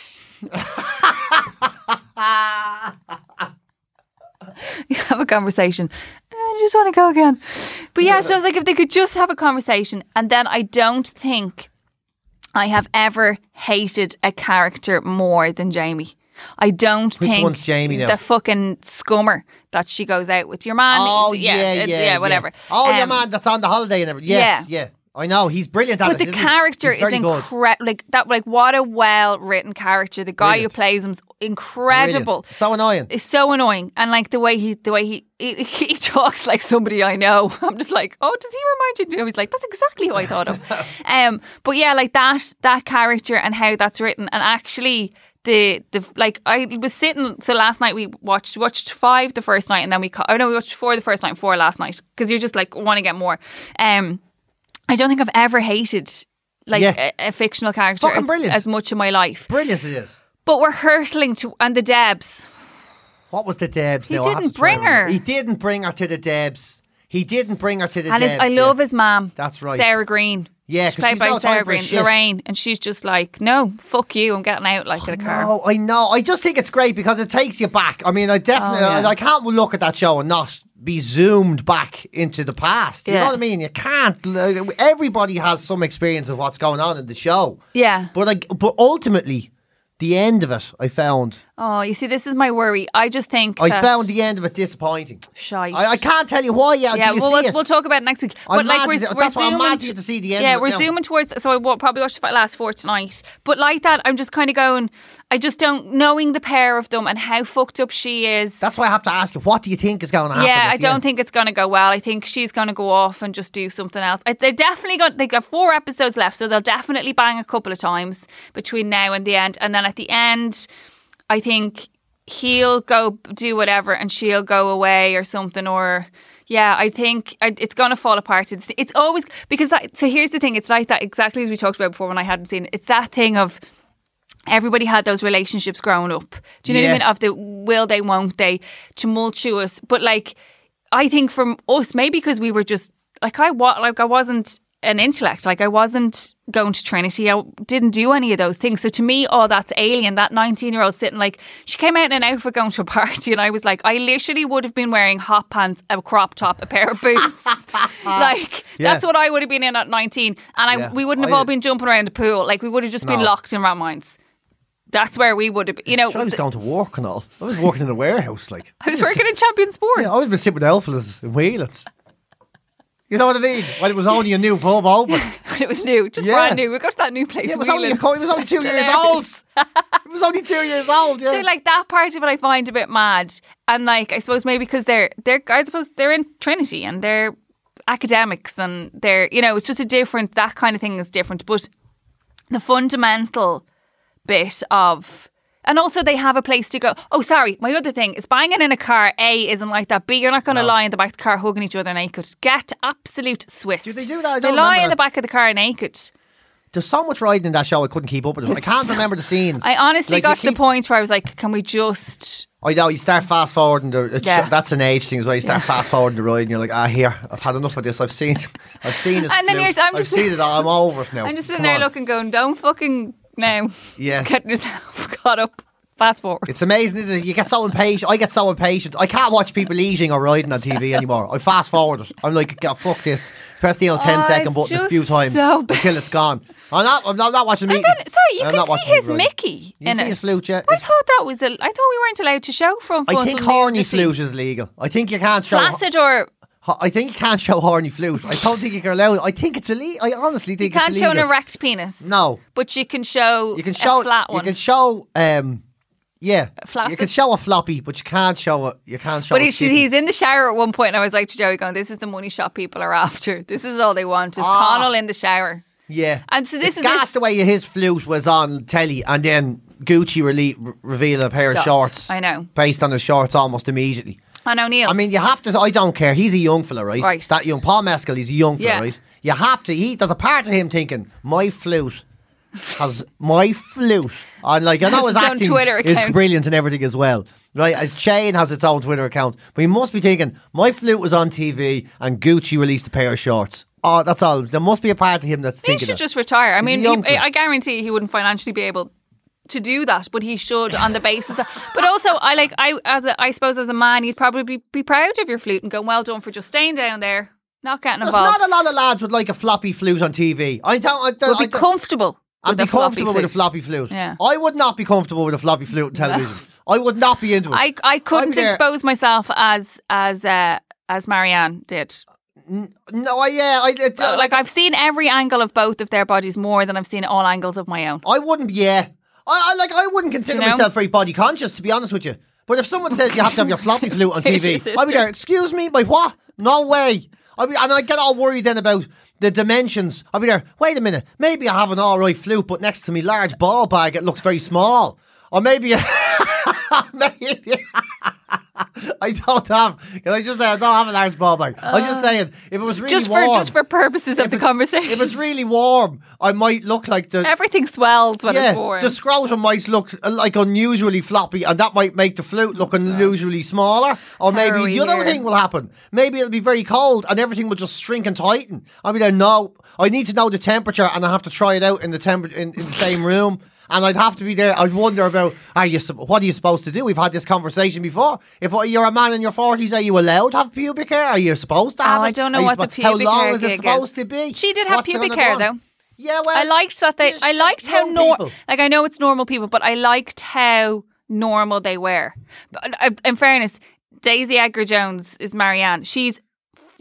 you have a conversation. Eh, I just want to go again. But yeah, so I was like, if they could just have a conversation. And then I don't think I have ever hated a character more than Jamie. I don't Which think one's Jamie now? the fucking scummer that she goes out with your man. Oh, is- yeah, yeah, yeah, whatever. Oh, yeah, Um, man, that's on the holiday and everything. Yes, yeah. I know, he's brilliant at but the it, isn't he? character He's is very good. incredible. Like that, like what a well written character. The guy Brilliant. who plays him's Brilliant. incredible. So annoying. It's so annoying, and like the way he, the way he, he, he talks like somebody I know. I'm just like, oh, does he remind you? And he's like, that's exactly who I thought of. um, but yeah, like that, that character and how that's written, and actually. The, the like I was sitting so last night we watched watched five the first night and then we caught oh no we watched four the first night and four last night because you're just like want to get more um I don't think I've ever hated like Yeah. a, a fictional character fucking as, brilliant. as much in my life. Brilliant it is. But we're hurtling to and the Debs. What was the Debs? He now? I have didn't to try bring and remember. her. He didn't bring her to the Debs. He didn't bring her to the And his, Debs. I love his mom. That's right. Sarah Green. Yeah, 'cause she's played she's by no time Sarah for a Green, shit. Lorraine, and she's just like, no, fuck you, I'm getting out like in a car. Oh, I know. I just think it's great because it takes you back. I mean, I definitely, Oh, yeah. I, I can't look at that show and not be zoomed back into the past. You Yeah. know what I mean? You can't. like, Everybody has some experience of what's going on in the show. Yeah. But like, but ultimately, the end of it, I found, Oh, you see, this is my worry. I just think I that- found the end of it disappointing. Shite. I, I can't tell you why. Yeah, Yeah, until you we'll, see we'll, it. we'll talk about it next week. I'm but mad like to we're, see- we're that's why I'm zooming, mad to get to see the end Yeah, of it we're now. zooming towards. So I wa- probably watched the last four tonight. But like that, I'm just kind of going. I just don't knowing the pair of them and how fucked up she is. That's why I have to ask you. What do you think is going to happen? yeah, at I the don't end? think it's going to go well. I think she's going to go off and just do something else. I, they're definitely got they got four episodes left, so they'll definitely bang a couple of times between now and the end. And then at the end, I think he'll go do whatever, and she'll go away or something. Or yeah, I think I, it's going to fall apart. It's it's always because that. So here's the thing: it's like that exactly as we talked about before when I hadn't seen it. It's that thing of everybody had those relationships growing up. Do you know Yeah. what I mean? Of the will they, won't they, tumultuous. But like, I think from us, maybe because we were just like I wa- like I wasn't an intellect. Like I wasn't going to Trinity. I didn't do any of those things. So to me, all that's alien. That nineteen-year-old sitting like she came out in an outfit going to a party, and I was like, I literally would have been wearing hot pants, a crop top, a pair of boots. like Yeah. that's what I would have been in at nineteen, and I Yeah. we wouldn't have I- all been jumping around the pool. Like we would have just been No. locked in our minds. That's where we would have, you know. Sure, I was th- going to work and all. I was working in a warehouse, like. I was working in champion sports. Yeah, I always been sitting with alphas and wheelets. You know what I mean? When it was only a new pub open. when it was new, just Yeah. brand new. We go to that new place. Yeah, it was Whelan's. only a co- it was only two It's years old. hilarious. It was only two years old. Yeah. So like that part of it, I find a bit mad, and like I suppose maybe because they're they're I suppose they're in Trinity and they're academics and they're you know it's just a different that kind of thing is different, but the fundamental bit of. And also, they have a place to go. Oh, sorry. My other thing is banging in a car. A isn't like that. B, you're not going to lie in the back of the car hugging each other naked. Get absolute Swiss. Do they do that? I they don't lie remember in the that. back of the car naked. There's so much riding in that show I couldn't keep up with it. I can't remember the scenes. I honestly Like, you got to the keep- point where I was like, can we just. I know you start fast forwarding the it's- Yeah. that's an age thing as well. You start fast forwarding the ride and you're like, ah here, I've had enough of this. I've seen I've seen it. And then here's- I'm I've just- seen it all. I'm over it now. I'm just sitting Come there on. looking, going, don't fucking now. Yeah. Getting yourself caught up. Fast forward. It's amazing, isn't it? You get so impatient. I get so impatient. I can't watch people eating or riding on TV anymore. I fast forward it. I'm like, "God, fuck this. Press the old 10 Oh, second it's button a just few times so bad. until it's gone. I'm not, I'm not, I'm not watching them And eating. then, sorry, you I'm not can watching see his people riding. Mickey You in see it. his flute, yeah. I thought that was a. I thought we weren't allowed to show from. I think horny flute is legal. I think you can't show Placid or ho- I think you can't show horny flute. I don't think you can allow it. I think it's illegal. I honestly You think can't it's show illegal. an erect penis. No. But you can show You can show a flat You one. can show um yeah. You can flaccid. show a floppy, but you can't show it. You can't show. but a he's, skitty. he's in the shower at one point, and I was like to Joey, going, This is the money shot people are after. This is all they want is Ah. Connell in the shower. yeah. And so this it's was gas the way his flute was on telly, and then Gucci rele- re- revealed a pair Stop. of shorts. I know. Based on his shorts, almost immediately. And O'Neill. I mean, you have to. I don't care. He's a young fella, right? Right. That young Paul Mescal. He's a young fella, Yeah. right? You have to. He there's a part of him thinking my flute has my flute. And like I know Has his his own acting Twitter is account. brilliant and everything as well, right? As Shane has its own Twitter account, but he must be thinking my flute was on TV and Gucci released a pair of shorts. Oh, that's all. There must be a part of him that's he thinking. should that. just retire. I mean, young he- fella. I guarantee he wouldn't financially be able to do that, but he should on the basis. Of, but also, I like I as a, I suppose as a man, you'd probably be, be proud of your flute and go, well done for just staying down there, not getting There's involved. not a lot of lads with like a floppy flute on TV. I don't. I don't. We'll I be don't- comfortable. I'd with be a floppy comfortable with a flute. floppy flute. Yeah. I would not be comfortable with a floppy flute in television. I would not be into it. I I couldn't I'm there. expose myself as as uh, as Marianne did. no, I, yeah, I, it- Uh, like I've seen every angle of both of their bodies more than I've seen all angles of my own. I wouldn't. Yeah, I, I like. I wouldn't consider Do you know? myself very body conscious, to be honest with you. But if someone says you have to have your floppy flute on Here's your TV, I'd be sister. there. Excuse me, my what? No way. I mean, and I get all worried then about the dimensions. I'd be there. Wait a minute. Maybe I have an all right flute, but next to me large ball bag, it looks very small. Or maybe. maybe I don't have. Can I just say I don't have a large ball bag? I'm just saying if it was really Uh, just for warm, just for purposes of the it's- conversation, if it's really warm, I might look like the everything swells when yeah, it's warm. the scrotum might look uh, like unusually floppy, and that might make the flute look unusually smaller. Or are maybe we the other here? thing will happen. Maybe it'll be very cold, and everything will just shrink and tighten. I mean, I know I need to know the temperature, and I have to try it out in the temper in, in the same room. And I'd have to be there. I'd wonder about are you? sup- What are you supposed to do? We've had this conversation before. If uh, you're a man in your forties, are you allowed to have pubic hair? Are you supposed to have? Oh, it? I don't know Are you what the suppo- how pubic long hair is it gig supposed is. to be? She did have What's it pubic gonna hair, go on? though. Yeah, well, I liked that they. Um, just I liked how young normal. people. Like I know it's normal people, but I liked how normal they were. But uh, in fairness, Daisy Edgar Jones is Marianne. She's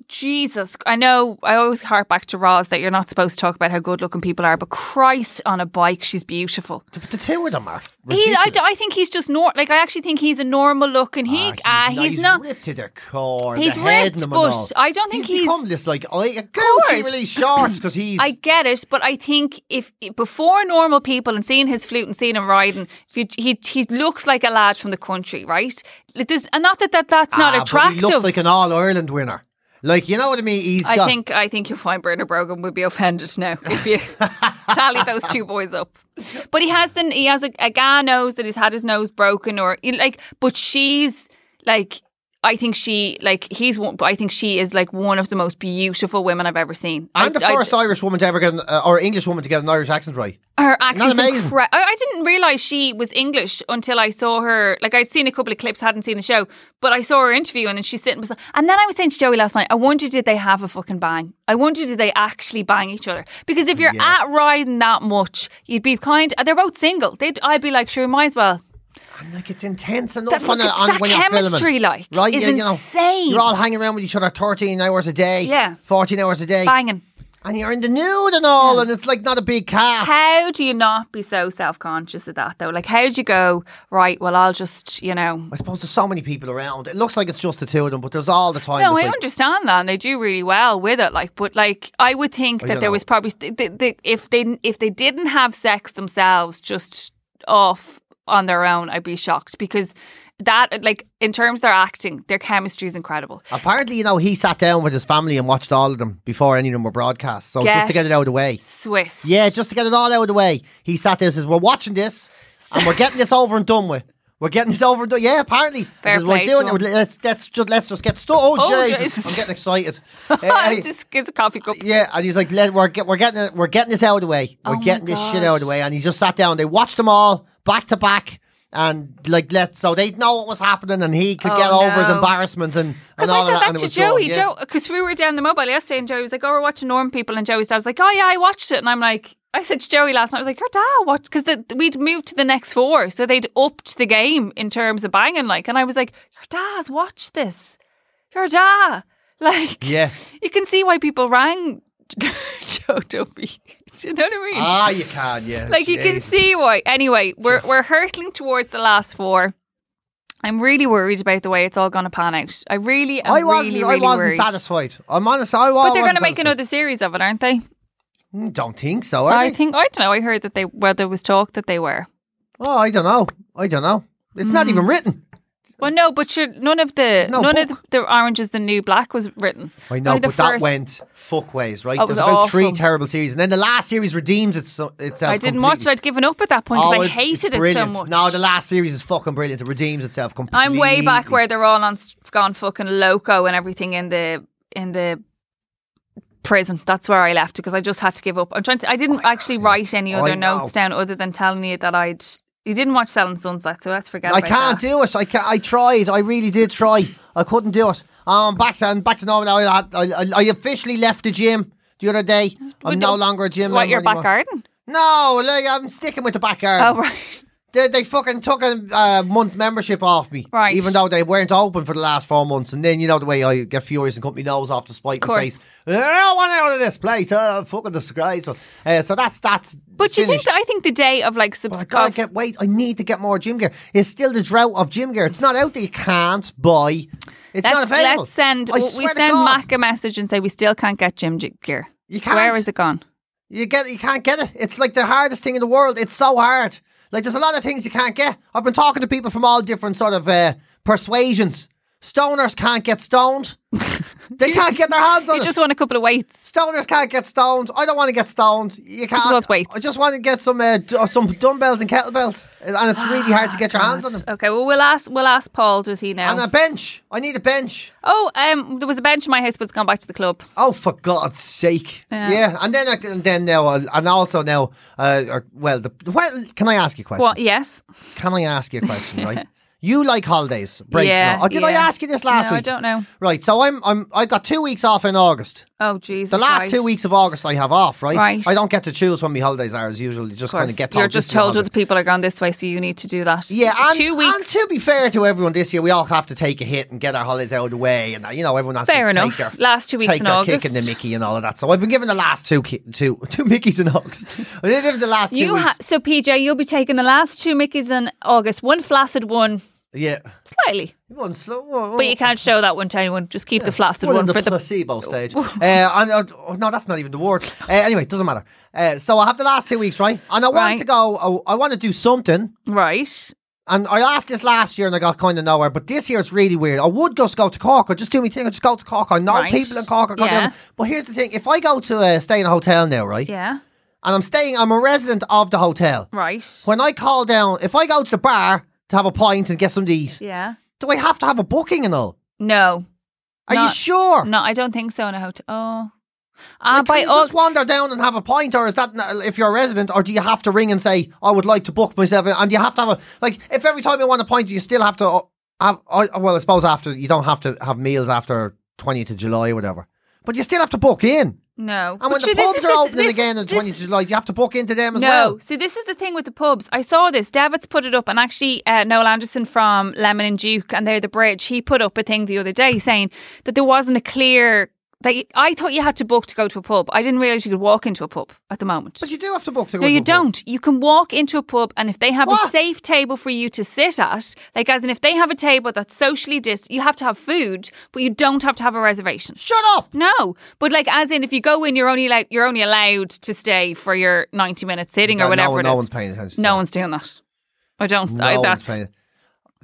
Jesus. I know. I always hark back to Roz that you're not supposed to talk about how good looking people are, but Christ on a bike, she's beautiful. But the two of them are. He, I, d- ridiculous. I think he's just nor like I actually think he's a normal looking. He, Ah, uh, he's, not. ripped to the core. He's the head ripped, and all. but I don't think he's- become this like I a Gucci course. release shorts because he's. ah, I get it, but I think if before normal people and seeing his flute and seeing him riding, if you, he he looks like a lad from the country, right? Like, there's- and not that, that that's not Ah, but attractive. He looks like an All Ireland winner. Like you know what I mean? He's I got. think I think you'll find Bernard Brogan would be offended now if you tally those two boys up. But he has the he has a, a guy knows that he's had his nose broken or you know, like, but she's like. I think she like he's one, but I think she is like one of the most beautiful women I've ever seen. I'm I- the I- first Irish woman to ever get, an, uh, or English woman to get an Irish accent right. Her accent's amazing? incredible. I I didn't realize she was English until I saw her. Like I'd seen a couple of clips, hadn't seen the show, but I saw her interview and then she's sitting beside. And then I was saying to Joey last night, I wonder did they have a fucking bang? I wonder did they actually bang each other? Because if you're at riding that much, you'd be kind. They're both single. They'd, I'd be like, sure, might as well. And like it's intense enough That on, a, fucking- on that when you're filming. chemistry, like, right? is yeah, you know, insane. You're all hanging around with each other 13 hours a day. Yeah. 14 hours a day. Banging. And you're in the nude and all, and it's like not a big cast. How do you not be so self conscious of that though? Like, how do you go right? Well, I'll just you know. I suppose there's so many people around. It looks like it's just the two of them, but there's all the time. No, it's I like, understand that, and they do really well with it. Like, but like, I would think that don't there know. was probably th th th if they if they didn't have sex themselves, just off on their own, I'd be shocked because that, like, in terms of their acting, their chemistry is incredible. Apparently, you know, he sat down with his family and watched all of them before any of them were broadcast. So just to get it out of the way. Swiss, Yeah, just to get it all out of the way. He sat there and says, We're watching this and we're getting this over and done with. We're getting this over and done. Yeah, apparently. He Fair says, we're play doing to it. Let's, let's, just, let's just get started. Oh, Oh, Jesus. Jesus. I'm getting excited. Ah, Uh, it's just- it's a coffee cup. yeah, and he's like, Let, we're, get, we're getting it, we're getting this out of the way. We're Oh my getting this shit God. out of the way. And he just sat down. They watched them all back to back, and like let so they know what was happening, and he could Oh, get over his no. embarrassment and. Because and I all said of that, and it to was done, Joey, yeah. Joe, because we were down the mobile yesterday, and Joey was like, "Oh, we're watching Norm People," and Joey's dad was like, "Oh yeah, I watched it," and I'm like. I said to Joey last night, I was like, "Your dad watched because we'd moved to the next four, so they'd upped the game in terms of banging." Like, and I was like, "Your dad's watched this. Your dad. Like, Yeah. you can see why people rang Joe Duffy. Do you know what I mean? Ah, you can, yeah. like you can Jesus. see why. Anyway, we're we're hurtling towards the last four. I'm really worried about the way it's all going to pan out. I really, am I wasn't, really, I really wasn't worried. satisfied. I'm honest. I wa- But they're going wasn't to make satisfied. another series of it, aren't they? Mm, Don't think so. Are I they? think I don't know. I heard that they well, there was talk that they were. Oh, I don't know. I don't know. It's not Hmm. even written. Well, no, but sure, none of the no none of book. the, the Orange is the New Black was written. I know, Only the but that first- went fuck ways, right? Oh, it There's was about three awful. terrible series, and then the last series redeems its, itself. I didn't watch it. completely. I'd given up at that point because Oh, I it- it's hated it so brilliant. much. No, the last series is fucking brilliant. It redeems itself completely. I'm way back where they're all on s- gone fucking loco and everything in the in the prison. That's where I left because I just had to give up. I'm trying to. I didn't actually write any Oh I other know. notes down other than telling you that I'd. You didn't watch Selling Sunset, so let's forget. I about can't that. do it. I can I tried. I really did try. I couldn't do it. I'm back to, I'm back to normal now. I, I, I officially left the gym the other day. I'm Would- no longer a gym What member your back anymore. garden? No, like I'm sticking with the back garden. Oh right. They, they fucking took a uh, month's membership off me. Right. Even though they weren't open for the last four months. And then, you know, the way I get furious and cut my nose off to spite my course. face. I don't want out of this place. Uh, fucking disgraceful. Uh, so that's that's. But you think finished. that I think the day of like But I gotta subscribe. get wait. I need to get more gym gear. It's still the drought of gym gear. It's not out there. You can't buy. It's not Let's, available. let's send I we swear to send God. Mac a message and say we still can't get gym j- gear. You can't. Where is it gone? You get. You can't get it. It's like the hardest thing in the world. It's so hard. Like there's a lot of things you can't get. I've been talking to people from all different sort of uh, persuasions. Stoners can't get stoned. they can't get their hands on You it. just want a couple of weights. Stoners can't get stoned. I don't want to get stoned. You can't. wants weights. I just want to get some uh, d- some dumbbells and kettlebells, and it's really hard to get your hands on them. Okay, well we'll ask we'll ask Paul. Does he know? And a bench. I need a bench. Oh, um, there was a bench in my house, but it's gone back to the club. Oh, for God's sake! Yeah. Yeah, and then I, and then now uh, and also now, uh, or, well, the, well, can I ask you a question? What? Yes. Can I ask you a question? right, you like holidays, breaks? Yeah, now. Oh, did I yeah. ask you this last no, week? I don't know. Right, so I'm I'm I got two weeks off in August. Oh, Jesus. The last right. two weeks of August I have off, right? Right. I don't get to choose when my holidays are. As usual, you just Of kind course. of get told. You're just this is your told holiday. other people are going this way, so you need to do that. Yeah, and, two And weeks. to be fair to everyone this year, we all have to take a hit and get our holidays out of the way, and uh, you know everyone has Fair to enough. take their Last two weeks take in their August. kick and the Mickey and all of that. So I've been given the last two ki- two two Mickeys in August. I did give the last two. you weeks. ha- so PJ, you'll be taking the last two Mickeys in August. One flaccid one, yeah. slightly, One slow, one, but you can't show that one to anyone. Just keep the flaccid one one, in the for the. placebo stage. uh, and, uh, oh, no, that's not even the word. Uh, anyway, it doesn't matter. Uh, so I have the last two weeks, right? And I want Right. to go. I, I want to do something. right. And I asked this last year and I got kind of nowhere, but this year it's really weird. I would just go to Cork. I just do my thing. I just go to Cork. I know Right. people in Cork. I go Yeah. down. But here's the thing: if I go to uh, stay in a hotel now, right, Yeah. and I'm staying, I'm a resident of the hotel. Right. When I call down, if I go to the bar to have a pint and get something to eat, Yeah. do I have to have a booking and all? No. Are you Not- sure? No, I don't think so. In a hotel. Oh. Like, Ah, can by you all. just wander down and have a pint, or is that n- if you're a resident, or do you have to ring and say I would like to book myself? And you have to have a like if every time you want a pint, you still have to. Uh, have, I well, I suppose after you don't have to have meals after 20th of July or whatever, but you still have to book in. no. And when But sure, the this pubs is are the- opening this- again on this- 20th of July, you have to book into them as no. well. See, this is the thing with the pubs. I saw this. Davids put it up, and actually, uh, Noel Anderson from Lemon and Duke, and they're the bridge. He put up a thing the other day saying that there wasn't a clear. That you, I thought you had to book to go to a pub. I didn't realize you could walk into a pub at the moment. But you do have to book to go. no, to you a pub. don't. You can walk into a pub, and if they have a What? safe table for you to sit at, like as in if they have a table that's socially dis, you have to have food, but you don't have to have a reservation. Shut up. No, but like as in if you go in, you're only like you're only allowed to stay for your ninety minute sitting No, or whatever no, it no is. one's paying attention. to no that. one's doing that. I don't. No I, one's that's paying.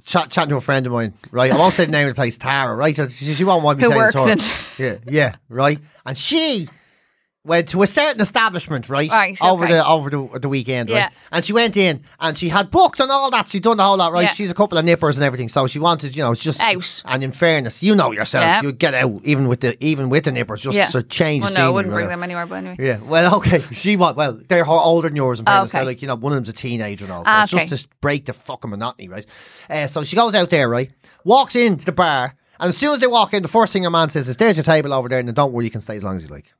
Chat, chatting to a friend of mine, right? I won't say the name of the place, Tara, right? She, she won't want me Who saying it's works her. Yeah, yeah, right. And she went to a certain establishment, right? Right, over okay. the over the, the weekend, right? Yeah. And she went in and she had booked and all that. She'd done the whole lot, right? Yeah. She's a couple of nippers and everything, so she wanted, you know, it's just Out. And in fairness, you know yourself, Yeah. you'd get out even with the even with the nippers, just yeah. to change Well, the no, I scenery, wouldn't bring right? them anywhere. But anyway, Yeah. Well, okay. She was. Well, they're ho- older than yours. In fairness, okay. they're like you know one of them's a teenager and all. So Ah, it's okay. just to break the fucking monotony, right? Uh, so she goes out there, right? Walks into the bar, and as soon as they walk in, the first thing her man says is, "There's your table over there, and don't worry, you can stay as long as you like."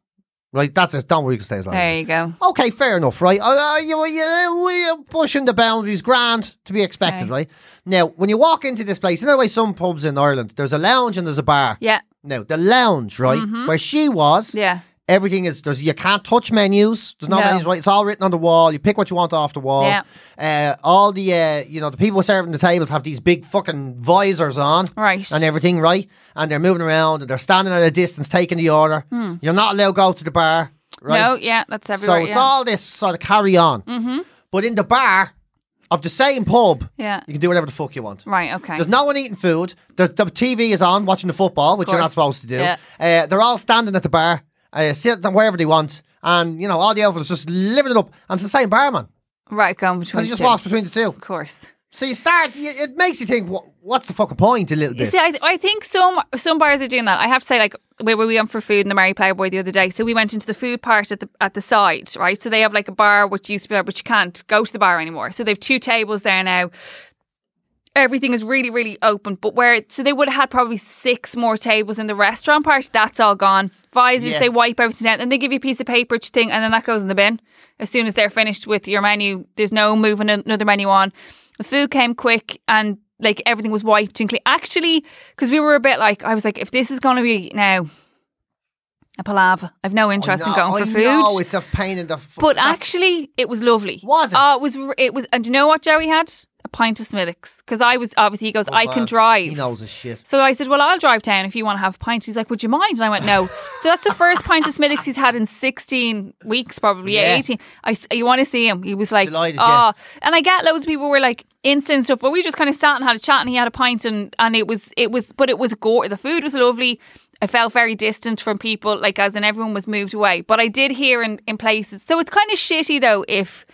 Right? That's it. Don't worry, you can stay as long. as you there like. you go. Okay, fair enough, right? Uh, you, you, you're pushing the boundaries, grand to be expected, Okay. right? Now, when you walk into this place, in the way some pubs in Ireland, there's a lounge and there's a bar. Yeah, Mm-hmm. Now the lounge, right, where she was. Yeah. Everything is there's you can't touch menus. There's no, No. menus, right? It's all written on the wall. You pick what you want off the wall. Yeah. Uh, all the uh, you know the people serving the tables have these big fucking visors on, Right. and everything, right? And they're moving around and they're standing at a distance taking the order. You're not allowed to go to the bar, right? Hmm. No, yeah, that's so everywhere. it's yeah. all this sort of carry on. Mm-hmm. But in the bar of the same pub, Yeah. you can do whatever the fuck you want. Right, okay. There's no one eating food. The, the TV is on watching the football, which you're not course. supposed to do. Yeah. Uh, they're all standing at the bar, uh, sitting wherever they want, and you know all the outfits just living it up. And it's the same barman right, going between because he the just two. walks between the two. Of course. So you start. You, it makes you think, what, what's the fucking point? A little You bit. see, I, I think some some bars are doing that. I have to say, like, we we went for food in the Mary Playboy the other day, so we went into the food part at the at the side, right? So they have like a bar which used to be there, but you can't go to the bar anymore. So they have two tables there now. Everything is really, really open, but where so they would have had probably six more tables in the restaurant part. That's all gone. Visors, Yeah. they wipe everything down, then they give you a piece of paper to thing, and then that goes in the bin. As soon as they're finished with your menu, there's no moving an- another menu on. The food came quick and like everything was wiped and clean. Actually, because we were a bit like, I was like, if this is going to be now a palaver, I've no interest I in going know, for I food. know, it's a pain in the. F- but that's- actually, it was lovely. Was it? Oh, it was. r- It was. And do you know what Joey had? A pint of Smithwick's. Because I was obviously he goes, I Oh, well, can drive. He knows his shit. So I said, Well, I'll drive down if you want to have a pint. He's like, Would you mind? And I went, No. So that's the first pint of Smittix he's had in 16 weeks, probably, yeah, Yeah. 18. I, s- you want to see him? He was like, Delighted, Oh. yeah. And I get loads of people were like, instant and stuff, but we just kind of sat and had a chat and he had a pint and, and it was, it was, but it was gore. The food was lovely. I felt very distant from people, like as in everyone was moved away. But I did hear in, in places. So it's kind of shitty though if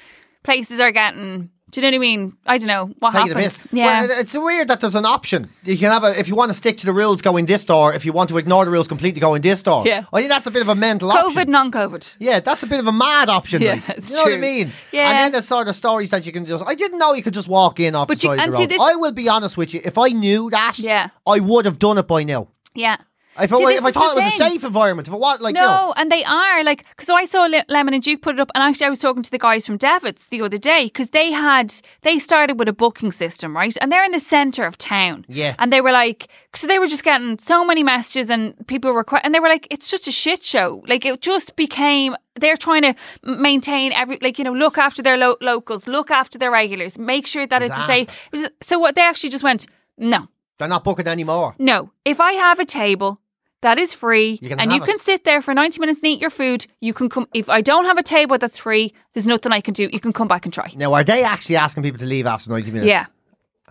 places are getting, do you know what I mean? I don't know what Taking a happens. piss. Yeah. Well, uh, it's weird that there's an option. You can have a if you want to stick to the rules, go in this door. If you want to ignore the rules completely, go in this door. Yeah. I think that's a bit of a mental option. COVID, non COVID. Yeah, that's a bit of a mad option. Yeah, mate. that's you know what I true. mean? Yeah. And then there's sort of stories that you can just. I didn't know you could just walk in off But the you- side of and the see, road. this- I will be honest with you. If I knew that, Yeah. I would have done it by now. Yeah. If See, I, this if I is the thought it was a thing. safe environment, if it was like you know, No, and they are like because I saw Le- Lemon and Duke put it up, and actually I was talking to the guys from Devitt's the other day because they had they started with a booking system, right? And they're in the center of town, Yeah. And they were like, so they were just getting so many messages and people were que- and they were like, it's just a shit show. Like it just became they're trying to m- maintain every like you know look after their lo- locals, look after their regulars, make sure that it's a safe. it was- So what they actually just went no. they're not booking anymore. No, if I have a table that is free You can and you have it. can sit there for 90 minutes and eat your food, you can come. If I don't have a table that's free, there's nothing I can do. You can come back and try. Now, are they actually asking people to leave after 90 minutes? Yeah,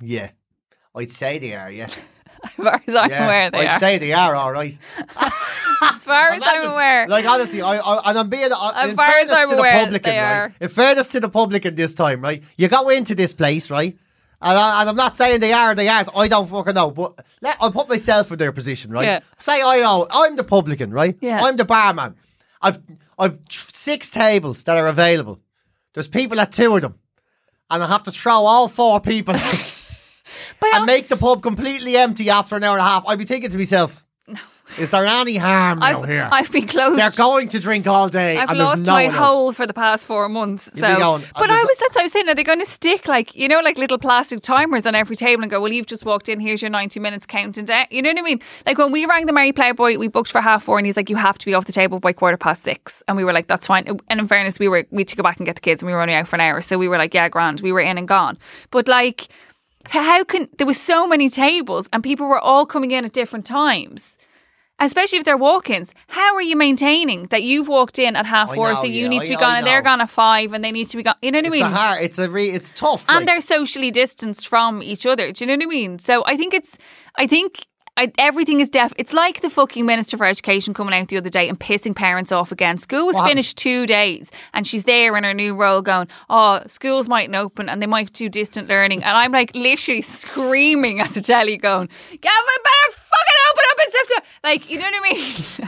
Yeah. I'd say they are, yeah. as far as I'm yeah. aware, they I'd are. say they are, all right. As far as I'm aware, Like honestly, I, I and I'm being I, As in far as fairness I'm to the aware, public, they right? are. In fairness to the public at this time, right? You go into this place, right? And, I, and I'm not saying they are, or they aren't. I don't fucking know. But let I put myself in their position, right? Yeah. Say I know I'm the publican, right? Yeah. I'm the barman. I've I've tr- six tables that are available. There's people at two of them, and I have to throw all four people out but and make the pub completely empty after an hour and a half. I'd be thinking to myself, "Is there any harm I've, now here?" I've been closed. They're going to drink all day. I've and there's lost no my one else. hole for the past four months. You'll be so, going, but uh, I there's- was that's what I was saying. Are they going to stick like you know, like little plastic timers on every table and go? Well, you've just walked in. Here's your ninety minutes counting down. You know what I mean? Like when we rang the Mary Playboy, we booked for half four, and he's like, "You have to be off the table by quarter past six. And we were like, "That's fine." And in fairness, we were we had to go back and get the kids, and we were only out for an hour, so we were like, "Yeah, grand." We were in and gone. But like, h- how can there was so many tables and people were all coming in at different times especially if they're walk-ins. How are you maintaining that you've walked in at half I four, know, so you yeah, need I- to be I gone, and know. they're gone at five, and they need to be gone? You know what I It's mean? a hard. It's a re, It's tough. and like, they're socially distanced from each other. Do you know what I mean? So I think it's, I think. I, everything is deaf. It's like the fucking Minister for Education coming out the other day and pissing parents off again. School was What happened? finished two days and she's there in her new role going, oh, schools mightn't open and they might do distant learning. And I'm like literally screaming at the telly going, Gavin, better fucking open up in September. Like, you know what I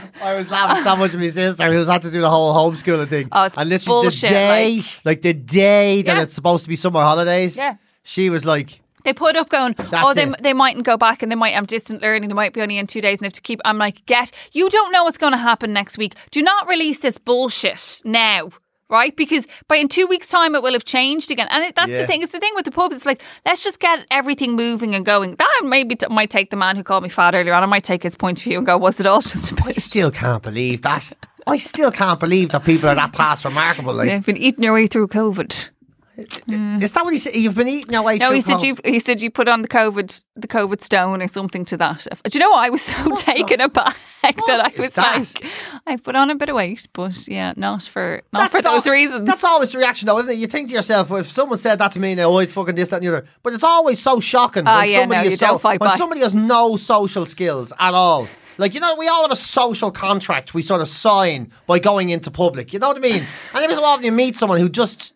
mean? I was laughing so much at my sister who's had to do the whole homeschooling thing. Oh, it's and literally bullshit, the day, like, like- the day that Yeah. it's supposed to be summer holidays. Yeah. She was like, They put up going, oh, they, it. they mightn't go back and they might have distant learning. They might be only in two days and they have to keep. I'm like, get, you don't know what's going to happen next week. Do not release this bullshit now, right? Because by in two weeks' time, it will have changed again. And it, that's Yeah. the thing. It's the thing with the pubs. It's like let's just get everything moving and going. That maybe t- might take the man who called me fat earlier on. I might take his point of view and go, "Was it all just a I bit?" still can't believe that. I still can't believe that people are that past remarkable. Like, You've been eating your way through COVID. is that what he said? You've been eating away. No, too he said long. you. He said you put on the COVID, the COVID stone or something to that. effect. Do you know what? I was so taken aback that What I is was that? like, I put on a bit of weight, but yeah, not for not That's for those al- reasons. That's always the reaction, though, isn't it? You think to yourself, well, if someone said that to me, now, oh, I'd fucking this, that, and the other. But it's always so shocking Ah, when yeah, somebody no, is you so, don't fight when back. somebody has no social skills at all. Like you know, we all have a social contract we sort of sign by going into public. You know what I mean? And every so often you meet someone who just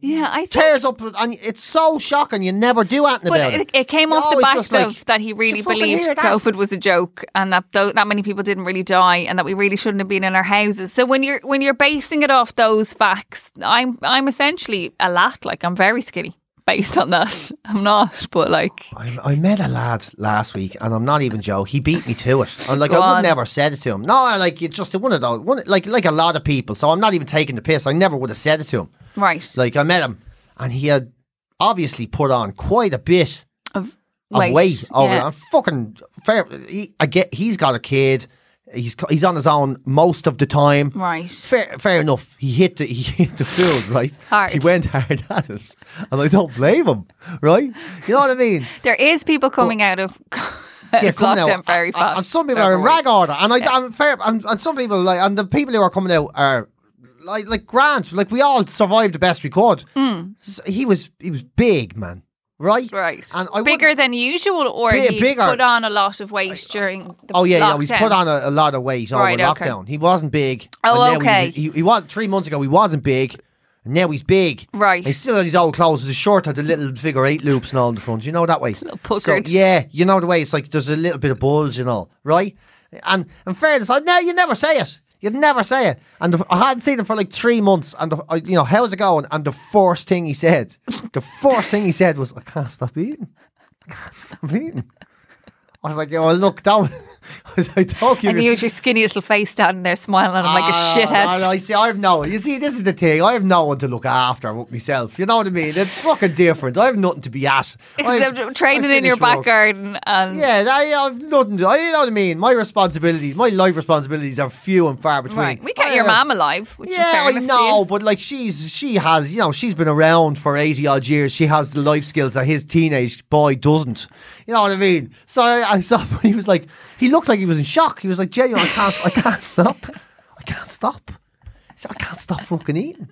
yeah, I think. tears up, and it's so shocking. You never do anything But about it. it, it came You off the always back just, like, of that he really "You fucking believed hear that?" COVID was a joke and that tho- that many people didn't really die and that we really shouldn't have been in our houses. So when you're when you're basing it off those facts, I'm I'm essentially a lat. Like I'm very skinny based on that. I'm not, but like I, I met a lad last week, and I'm not even Joe. He beat me to it. I'm like, Go I would on. never said it to him. No, I like it's just one of those, one, like like a lot of people. So I'm not even taking the piss. I never would have said it to him. right. Like I met him, and he had obviously put on quite a bit of of weight. weight Oh, over. yeah. I'm fucking fair. He, I get he's got a kid. He's co- he's on his own most of the time. Right. Fair, fair enough. He hit the he hit the food right. Hard. He went hard at it, and I don't blame him. Right? You know what I mean? There is people coming out of coming lockdown out, very and- fast. And some people are in rag order, and I, I'm fair. And, and some people like, and the people who are coming out are like, like Grant. Like we all survived the best we could. So he was, he was big, man. Right, Hmm. Right. And I bigger wouldn't- than usual, or Bi- he bigger. put on a lot of weight during the Oh yeah, lockdown. yeah. He's put on a, a lot of weight over Right, okay. lockdown. He wasn't big. Oh, and now he- okay. He, he, was three months ago. He wasn't big. And now he's big. Right. He's still in his old clothes. His shirt had the little figure eight loops and all in the front. You know that way. little puckered. So, yeah, you know the way. It's like there's a little bit of bulge and all, right? And in fairness, I no, you never say it. You'd never say it. And the, I hadn't seen him for like three months. And the, I, you know how's it going? And the first thing he said, the first thing he said was, "I can't stop eating. I can't stop eating." I was like, "Yo, look down." I was like, "Don't give and me you with your skinny little face standing there smiling at him like a Ah, shithead. no, no, you see, I have no. You see, this is the thing. I have no one to look after with myself. You know what I mean? It's fucking different. I have nothing to be at. I have- Except training I in your finished back work. garden and Yeah, I have nothing. To, I, you know what I mean? My responsibilities, my life responsibilities, are few and far between. right. We kept I your have- mum alive, which in Yeah, I fairness to you. know, but like she's she has you know she's been around for eighty odd years. She has the life skills that his teenage boy doesn't. You know what I mean? So I, I saw he was like he looked like he was in shock. He was like, "Jay, I can't, I can't stop, I can't stop." He said, "I can't stop fucking eating."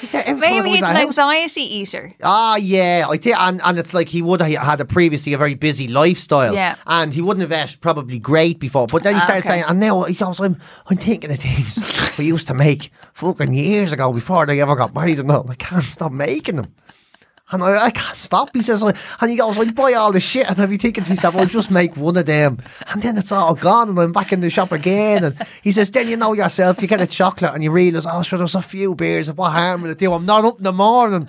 He's there every time I Maybe go he's into an the house. anxiety eater. Ah, yeah, I think, and, and it's like he would have had a previously a very busy lifestyle, Yeah. and he wouldn't have ate probably great before. But then he Ah, started okay. saying, and now he goes, I'm, I'm thinking of things we used to make fucking years ago before they ever got married, and all. I can't stop making them. And I, I can't stop. He says, like, and he goes, I buy all this shit, and I'll be thinking to myself, I'll just make one of them. And then it's all gone, and I'm back in the shop again. And he says, then you know yourself, you get a chocolate, and you realise, oh, sure, there's a few beers, and what harm will it do? I'm not up in the morning.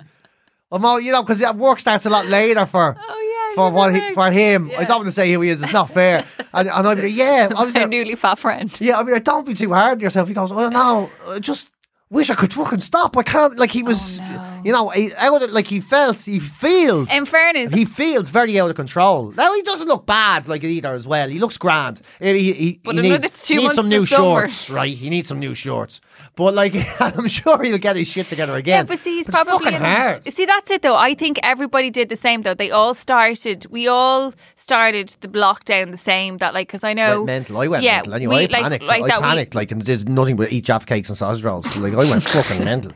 I'm all, you know, because work starts a lot later for. Oh yeah. For you're what he, right. for him, I Yeah. don't want to say who he is. It's not fair. and, and I'm like, yeah, I was Our like, newly fat friend. yeah, I mean, like, don't be too hard on yourself. He goes, oh no, I just wish I could fucking stop. I can't. Like he was, Oh, no. you know, he, out of, like he felt, he feels. In fairness, he feels very out of control. Now he doesn't look bad like either as well. He looks grand. He, he- he- But he another needs, two he months needs some to new summer. shorts, right? He needs some new shorts. But like, I'm sure he'll get his shit together again. Yeah, but see, he's It's probably fucking in hard. See, that's it though. I think everybody did the same though. They all started. We all started the lockdown the same. That like, because I know went mental. I went yeah, mental anyway. we- I panicked. I that we- panicked like and did nothing but eat Jaffa cakes and sausage rolls. Like I went fucking mental.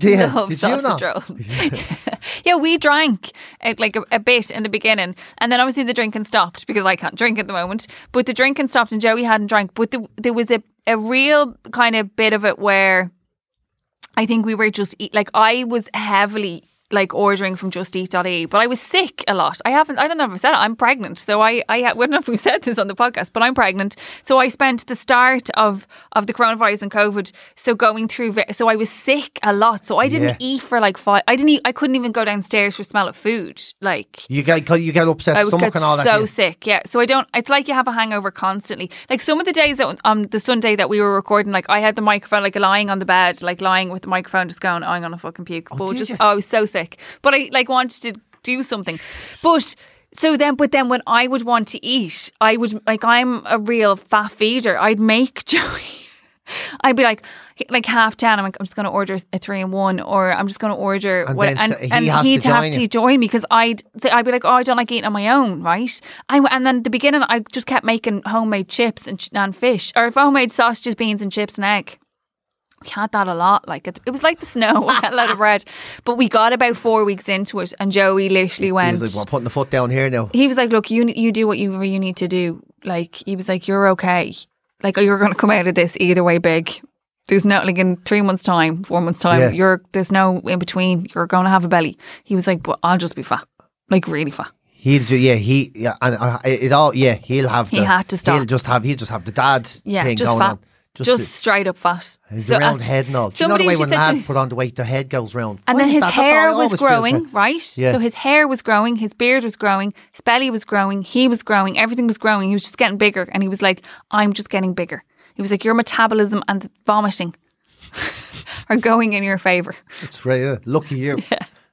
Yeah, love did you sausage not? rolls. yeah, we drank uh, like a, a bit in the beginning, and then obviously the drinking stopped because I can't drink at the moment. But the drinking stopped, and Joey hadn't drank. But the, there was a a real e-, kind of bit of it where I think we were just eat, like I was heavily like ordering from justeat.e, E, but I was sick a lot. I haven't, I don't know if I've said it, I'm pregnant. So I, I, ha- I don't know if we've said this on the podcast, but I'm pregnant. So I spent the start of, of the coronavirus and COVID. So going through, ve- so I was sick a lot. So I didn't Yeah. eat for like five, I didn't eat, I couldn't even go downstairs for smell of food. Like, You get you get upset I would stomach get and all that. so yeah. sick. Yeah. So I don't. It's like you have a hangover constantly. Like some of the days that on the Sunday that we were recording, like I had the microphone, like lying on the bed, like lying with the microphone, just going, I'm gonna fucking puke. but did just you? oh, I was so sick. But I like wanted to do something, but. So then, but then when I would want to eat, I would like I'm a real fat feeder. I'd make Joey. I'd be like, like half ten. I'm like, I'm just going to order a three and one, or I'm just going to order And what, then and, s- he and has to he'd have join to you. join me because I'd say, I'd be like, oh, I don't like eating on my own, right? I, and then at the beginning, I just kept making homemade chips and, ch- and fish, or if homemade sausages, beans, and chips and egg. We had that a lot. Like it, it was like the snow. We had a lot of bread, but we got about four weeks into it, and Joey literally He went was like, well, I'm putting the foot down here now. he was like, "Look, you you do what you you need to do." Like he was like, "You're okay. Like you're going to come out of this either way, big. There's no like in three months' time, four months' time. Yeah. You're there's no in between. You're going to have a belly." He was like, "But I'll just be fat, like really fat." He'll do, yeah, he, yeah, and uh, it all, yeah, he'll have. He the- had to stop. He'll just have, he'll just have the dad Yeah, thing just going fat. on. Just, the- straight up fat. his So, uh, round head and all. Do you know the somebody way she when said she- lads put on the weight, their head goes round. And Why then is his that? That's how I hair always was feel, like, growing, right? Yeah. So his hair was growing, his beard was growing, his belly was growing, he was growing, everything was growing. He was just getting bigger. And he was like, I'm just getting bigger. He was like, Your metabolism and the vomiting are going in your favor. It's right, yeah. Lucky you.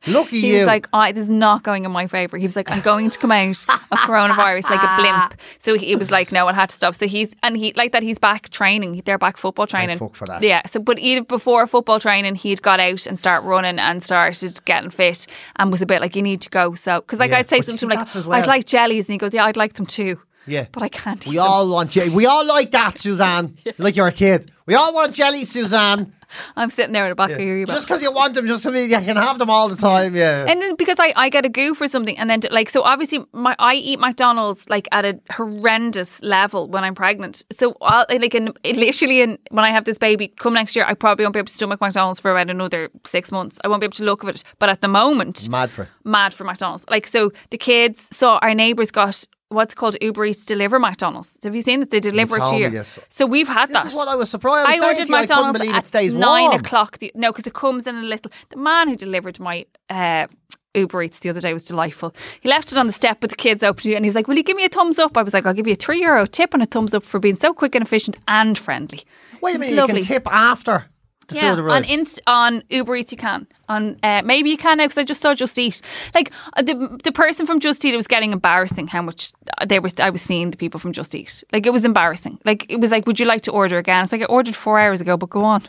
Lucky He you. was like, I, This is not going in my favor. He was like, I'm going to come out of coronavirus like a blimp. So he was like, No, it had to stop. So he's, and he, like that, he's back training. They're back football training. fuck for that. Yeah. So, but either before football training, he'd got out and start running and started getting fit and was a bit like, You need to go. So, because like Yeah. I'd say But see, something that's like, as well. I'd like jellies. And he goes, Yeah, I'd like them too. Yeah. But I can't eat we them. all want jelly. We all like that, Suzanne. Like you're a kid. We all want jelly, Suzanne. I'm sitting there in the back of your Just because you want them, just so you can have them all the time. Yeah. And then because I, I get a goo for something, and then like so obviously my I eat McDonald's like at a horrendous level when I'm pregnant. So I'll like in it literally in when I have this baby come next year, I probably won't be able to stomach McDonald's for about another six months. I won't be able to look at it. But at the moment, Mad for it. mad for McDonald's. Like so, the kids saw our neighbours got. What's called Uber Eats deliver McDonald's. Have you seen that they deliver it told to me you? this. So we've had This that. is what I was surprised. I I, was saying ordered to you, I couldn't McDonald's believe it at stays nine warm. o'clock. The, no, because it comes in a little. The man who delivered my uh, Uber Eats the other day was delightful. He left it on the step, but the kids opened it, and he was like, "Will you give me a thumbs up?" I was like, "I'll give you a three euro tip and a thumbs up for being so quick and efficient and friendly." Wait a It was minute, lovely. you can tip after the Yeah, food on arrives. inst- on Uber Eats you can. On uh, maybe you can now because I just saw Just Eat. Like uh, the the person from Just Eat, it was getting embarrassing how much they were. I was seeing the people from Just Eat. Like it was embarrassing. Like it was like, would you like to order again? It's like I ordered four hours ago, but go on,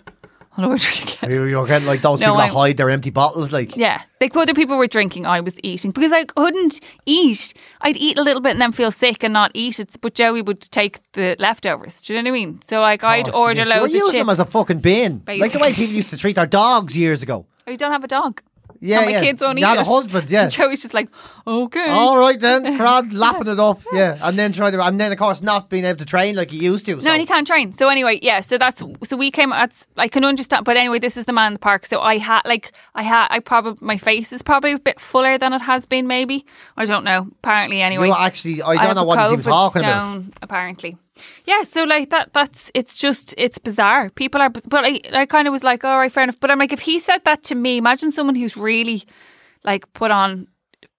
I'll order it again. You- You're getting like those No, people that I'm- hide their empty bottles, like Yeah, like other people were drinking, I was eating because I couldn't eat. I'd eat a little bit and then feel sick and not eat it. But Joey would take the leftovers. Do you know what I mean? So like I'd Oh, order shit. loads We're of using chips. them as a fucking bin, like the Basically. way people used to treat their dogs years ago. I Oh, don't have a dog. Yeah, and my yeah. kids won't You eat had a it. husband, yeah. So Joey's just like, okay. All right then, Prad lapping it up, yeah, and then trying to, and then of course not being able to train like you used to. So. no, and he can't train. So anyway, yeah. So that's so we came. At, I can understand, but anyway, this is the man in the park. So I had like I had I probably my face is probably a bit fuller than it has been. Maybe I don't know. Apparently, You anyway. were actually, I I don't have know a what he's COVID even talking about. stone, Apparently, yeah. So like that. That's it's just it's bizarre. People are, but I, I kind of was like, all right, fair enough. But I'm like, if he said that to me, imagine someone who's really like put on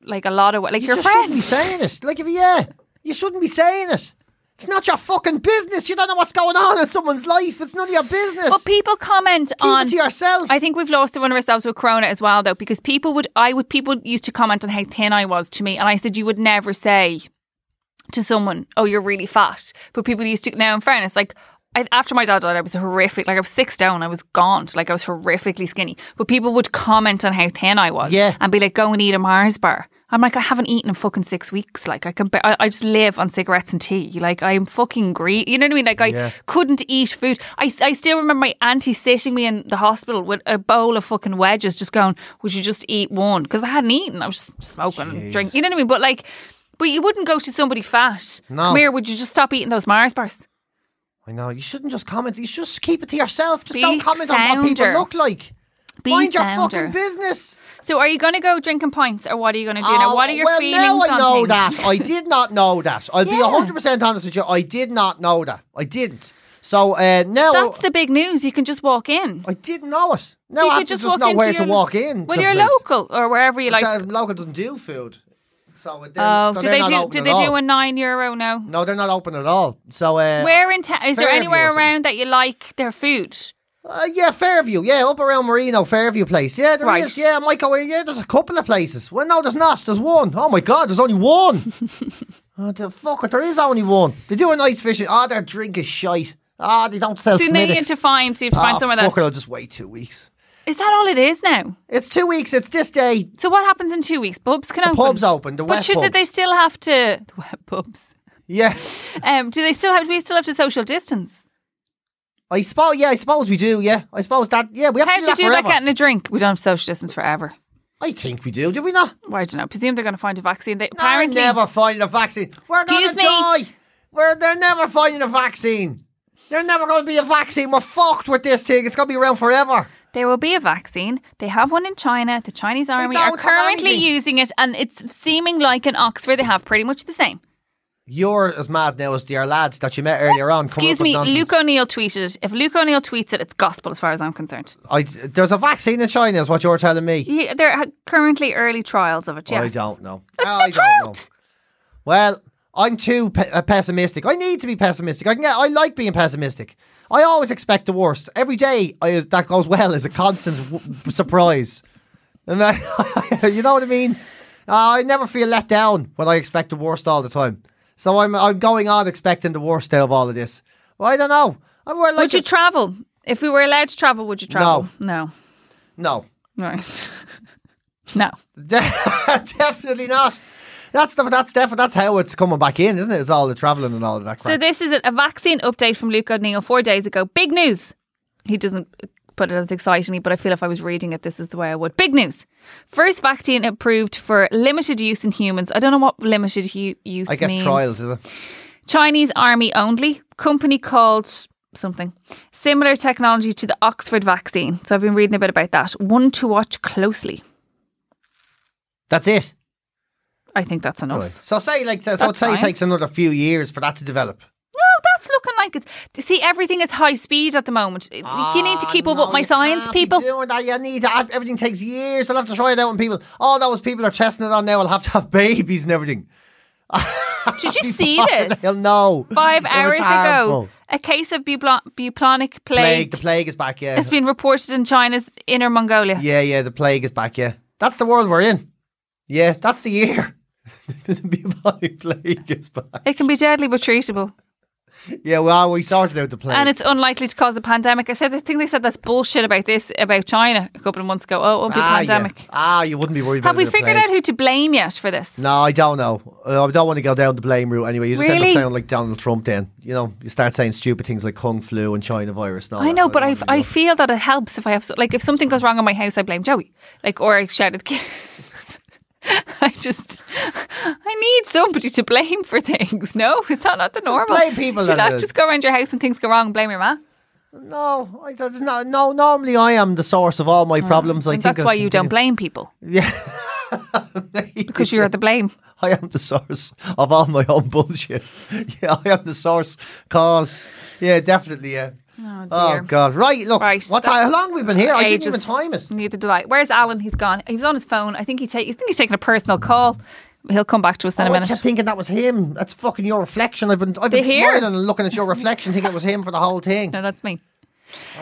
like a lot of weight, like your you shouldn't friend. be saying it. Like if you, yeah, you shouldn't be saying it. It's not your fucking business. You don't know what's going on in someone's life. It's none of your business. But people comment Keep on it to yourself. I think we've lost the run of ourselves with Corona as well, though, because people would I would people used to comment on how thin I was to me, and I said you would never say to someone, "Oh, you're really fat," but people used to. Now, in fairness, like. I, after my dad died, I was horrific. Like I was six stone, I was gaunt. Like I was horrifically skinny. But people would comment on how thin I was, Yeah. and be like, "Go and eat a Mars bar." I'm like, I haven't eaten in fucking six weeks. Like I can, ba- I, I just live on cigarettes and tea. Like I'm fucking green. You know what I mean? Like I Yeah. couldn't eat food. I, I still remember my auntie sitting me in the hospital with a bowl of fucking wedges, just going, "Would you just eat one?" Because I hadn't eaten. I was just smoking and drinking. You know what I mean? But like, but you wouldn't go to somebody fat. No. Come here. Would you just stop eating those Mars bars? I know. You shouldn't just comment. You should just keep it to yourself. Just Be don't comment on what people sounder. look like. Be Mind your sounder. fucking business. So, are you going to go drinking pints, or what are you going to do now? Oh, What are your well, feelings now I on know things? that. I did not know that. I'll be Yeah. 100% honest with you. I did not know that. I didn't. So uh, now That's the big news. You can just walk in. I didn't know it. Now so you I could have to just just walk know into where your, to walk in. Well, to you're place. local or wherever you like. That to, local doesn't do food. So it- they're- oh, so do they're they not do? open Do at they all. do a nine euro now? No, they're not open at all. So uh, Where in town? Is there Fairview or anywhere something. around that you like their food? Uh, yeah, Fairview. Yeah, up around Marino, Fairview place. Yeah, there Right. is. Yeah, I might go. in. Yeah, there's a couple of places. Well, no, there's not. There's one. Oh my God, there's only one. oh, the fuck it, there is only one. They do a nice fishing. Ah, their drink is shite. Ah, they don't sell So now you need to Smittix. find. So you have to Ah, find somewhere fuck that's. it, I'll just wait two weeks. Is that all it is now? It's two weeks. It's this day. So what happens in two weeks? Pubs can The open. pub's open. The But wet should pubs. they still have to? The wet pubs. Yeah, Um, do they still have? Do we still have to social distance? I suppose. Yeah, I suppose we do. Yeah, I suppose that. Yeah, we have How to do do you that do forever. that? Getting a drink? We don't have social distance forever. I think we do. Do we not? Well, I don't know. Presume they're going to find a vaccine. They No, They're apparently never finding a vaccine. We're Excuse going to me? die. We're, they're never finding a vaccine. There's never going to be a vaccine. We're fucked with this thing. It's going to be around forever. There will be a vaccine. They have one in China. The Chinese army are don't have currently anything. using it, and it's seeming like in Oxford they have pretty much the same. You're as mad now as your lad that you met earlier on. coming Excuse up with me, nonsense. Luke O'Neill tweeted it. If Luke O'Neill tweets it, it's gospel as far as I'm concerned. I, there's a vaccine in China, is what you're telling me. Yeah, there are currently early trials of it, yes. I don't know. That's I the don't truth. know. Well, I'm too pe- uh, pessimistic. I need to be pessimistic. I can get. I like being pessimistic. I always expect the worst. Every day I, that goes well is a constant w- surprise. And I, you know what I mean? Uh, I never feel let down when I expect the worst all the time. So I'm I'm going on expecting the worst out of all of this. Well, I don't know. I wear like Would you a- travel? If we were allowed to travel, would you travel? No. no, Right. no. De- definitely not. That's the, that's definitely that's how it's coming back in, isn't it? It's all the travelling and all of that crap. So this is a a vaccine update from Luke O'Neill four days ago. Big news. He doesn't put it as excitingly, but I feel if I was reading it, this is the way I would. Big news. First vaccine approved for limited use in humans. I don't know what limited hu- use I guess means. trials is it? Chinese army only. Company called something. Similar technology to the Oxford vaccine. So I've been reading a bit about that. One to watch closely. That's it. I think that's enough. So say like so Oh. That's say fine. it takes another few years for that to develop. No, Oh, that's looking like it's. See, everything is high speed at the moment. you need to keep up Ah, No, with my you science, can't be people. doing that. You need to, everything takes years. I'll have to try it out on people. All those people are testing it on now. I'll have to have babies and everything. Did you see this? Hell no. Five It was hours ago, harmful. a case of bublo- bubonic plague, plague. The plague is back. Yeah. has been reported in China's inner Mongolia. Yeah, yeah. The plague is back. Yeah. That's the world we're in. Yeah, that's the year. the bubonic plague is back. It can be deadly but treatable, Yeah, well, we sorted out the plague. and it's unlikely to cause a pandemic. I said, I think they said that's bullshit about this about China a couple of months ago. Oh, it won't be a ah, yeah. pandemic. Ah, you wouldn't be worried Have about we the figured plague. out who to blame yet for this? No, I don't know. Uh, I don't want to go down the blame route anyway. You just end Really? up sounding like Donald Trump then. You know, you start saying stupid things like Kung Flu and China virus. And all I that. know, but don't I, wanna I be- feel that it helps if I have so, like if something goes wrong in my house, I blame Joey, like or I shout at the kids. I just I need somebody to blame for things. No, is that not the normal? blame people Do you then, not Liz. just go around your house when things go wrong and blame your ma? No, I, that's not, no, normally I am the source of all my problems. I Oh, And think that's I- why you don't blame people because you're the blame. I am the source of all my own bullshit. yeah, I am the source cause. Yeah, definitely. Yeah. Oh Oh dear. God! Right, look. Right, what time? How long have we been here? I didn't even Ages. time it. Neither did I. Where's Alan? He's gone. He was on his phone. I think he take. I think he's taking a personal call. He'll come back to us in a Oh, I minute. kept thinking that was him. That's fucking your reflection. I've been, I've They're been here. smiling and looking at your reflection, thinking it was him for the whole thing. No, that's me.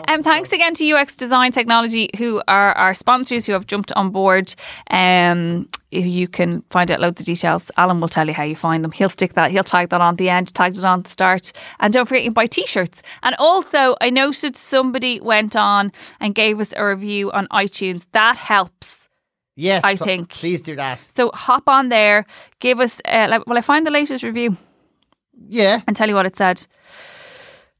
Um, thanks again to UX Design Technology, who are our sponsors, who have jumped on board. Um, you can find out loads of details. Alan will tell you how you find them. He'll stick that. He'll tag that on at the end. Tagged it on at the start. And don't forget you can buy t-shirts. And also, I noted somebody went on and gave us a review on iTunes. That helps. Yes, I pl- think. Please do that. So hop on there. Give us. Uh, like, will I find the latest review? Yeah. and tell you what it said.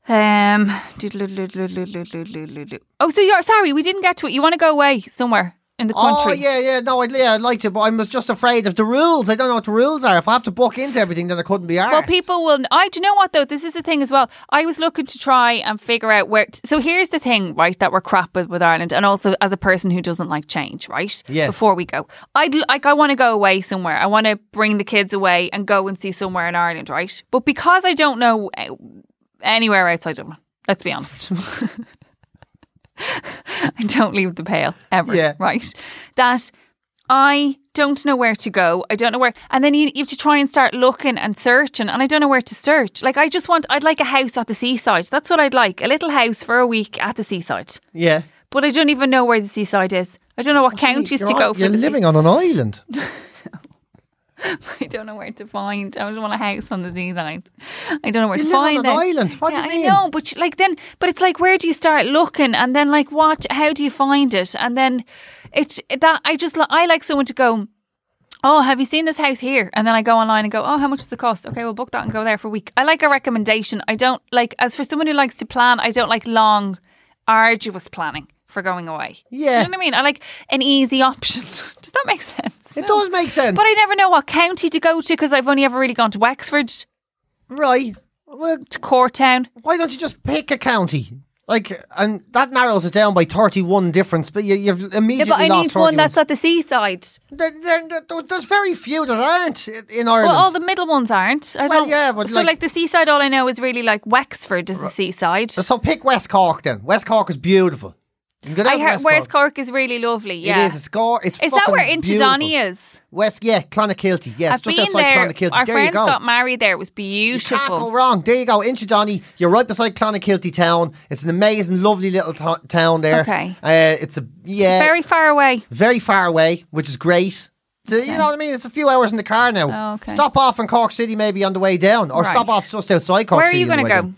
Um, doodle-doodle-doodle-doodle-doodle-doodle. oh, so you're sorry, we didn't get to it. You want to go away somewhere? in the Oh country. yeah, yeah. No, I'd, yeah, I'd like to, but I was just afraid of the rules. I don't know what the rules are. If I have to book into everything, then I couldn't be arsed. Well, people will. I do you know what though. This is the thing as well. I was looking to try and figure out where. t- so here's the thing, right? That we're crap with with Ireland, and also as a person who doesn't like change, right? Yeah. Before we go, I'd l- like I want to go away somewhere. I want to bring the kids away and go and see somewhere in Ireland, right? But because I don't know uh, anywhere outside Dublin, let's be honest. I don't leave the pale ever, Yeah. right? That I don't know where to go. I don't know where. And then you, you have to try and start looking and searching. And I don't know where to search. Like, I just want, I'd like a house at the seaside. That's what I'd like. A little house for a week at the seaside. yeah. But I don't even know where the seaside is. I don't know what counties You're to on- go for. You're the living on an island. seaside. I don't know where to find. I just want a house on the seaside. I don't know where You to live on find an it. island. What yeah, do you mean? I know, but you- like then, but it's like where do you start looking, and then like what? How do you find it? And then it's that I just li- I like someone to go. Oh, have you seen this house here? And then I go online and go, oh, how much does it cost? Okay, we'll book that and go there for a week. I like a recommendation. I don't like, as for someone who likes to plan, I don't like long, arduous planning for going away. Do Yeah. you know what I mean? I like an easy option. does that make sense? It does make sense. But I never know what county to go to because I've only ever really gone to Wexford, to right. Well, Cortown. why don't you just pick a county? Like, and that narrows it down by 31 difference, but you, you've Yeah, immediately but I lost need one 31. that's at the seaside. There- there- there- there's very few that aren't i- in Ireland. Well, all the middle ones aren't. I Well, don't, yeah, but so like- like, the seaside, all I know is really like Wexford is the seaside. so pick West Cork then. West Cork is beautiful. You can go down I to heard West West Cork. Cork is really lovely. Yeah, It is. It's gore. It's Is that fucking where Inchidani beautiful. is? West, yeah, Clonakilty. Yeah, it's I've just been outside there. Clonakilty. Our there friends you go. got married there. It was you can't go beautiful. wrong. There you go. Inchidani. You're right beside Clonakilty town. It's an amazing, lovely little to- town there. Okay. Uh, it's a yeah, very-, Very far away. far away, which is great. So, You know what I mean? It's a few hours in the car now. Oh, okay. Stop off in Cork City maybe on the way down, or stop Right. off just outside Cork Where are City. you on the gonna way go? down.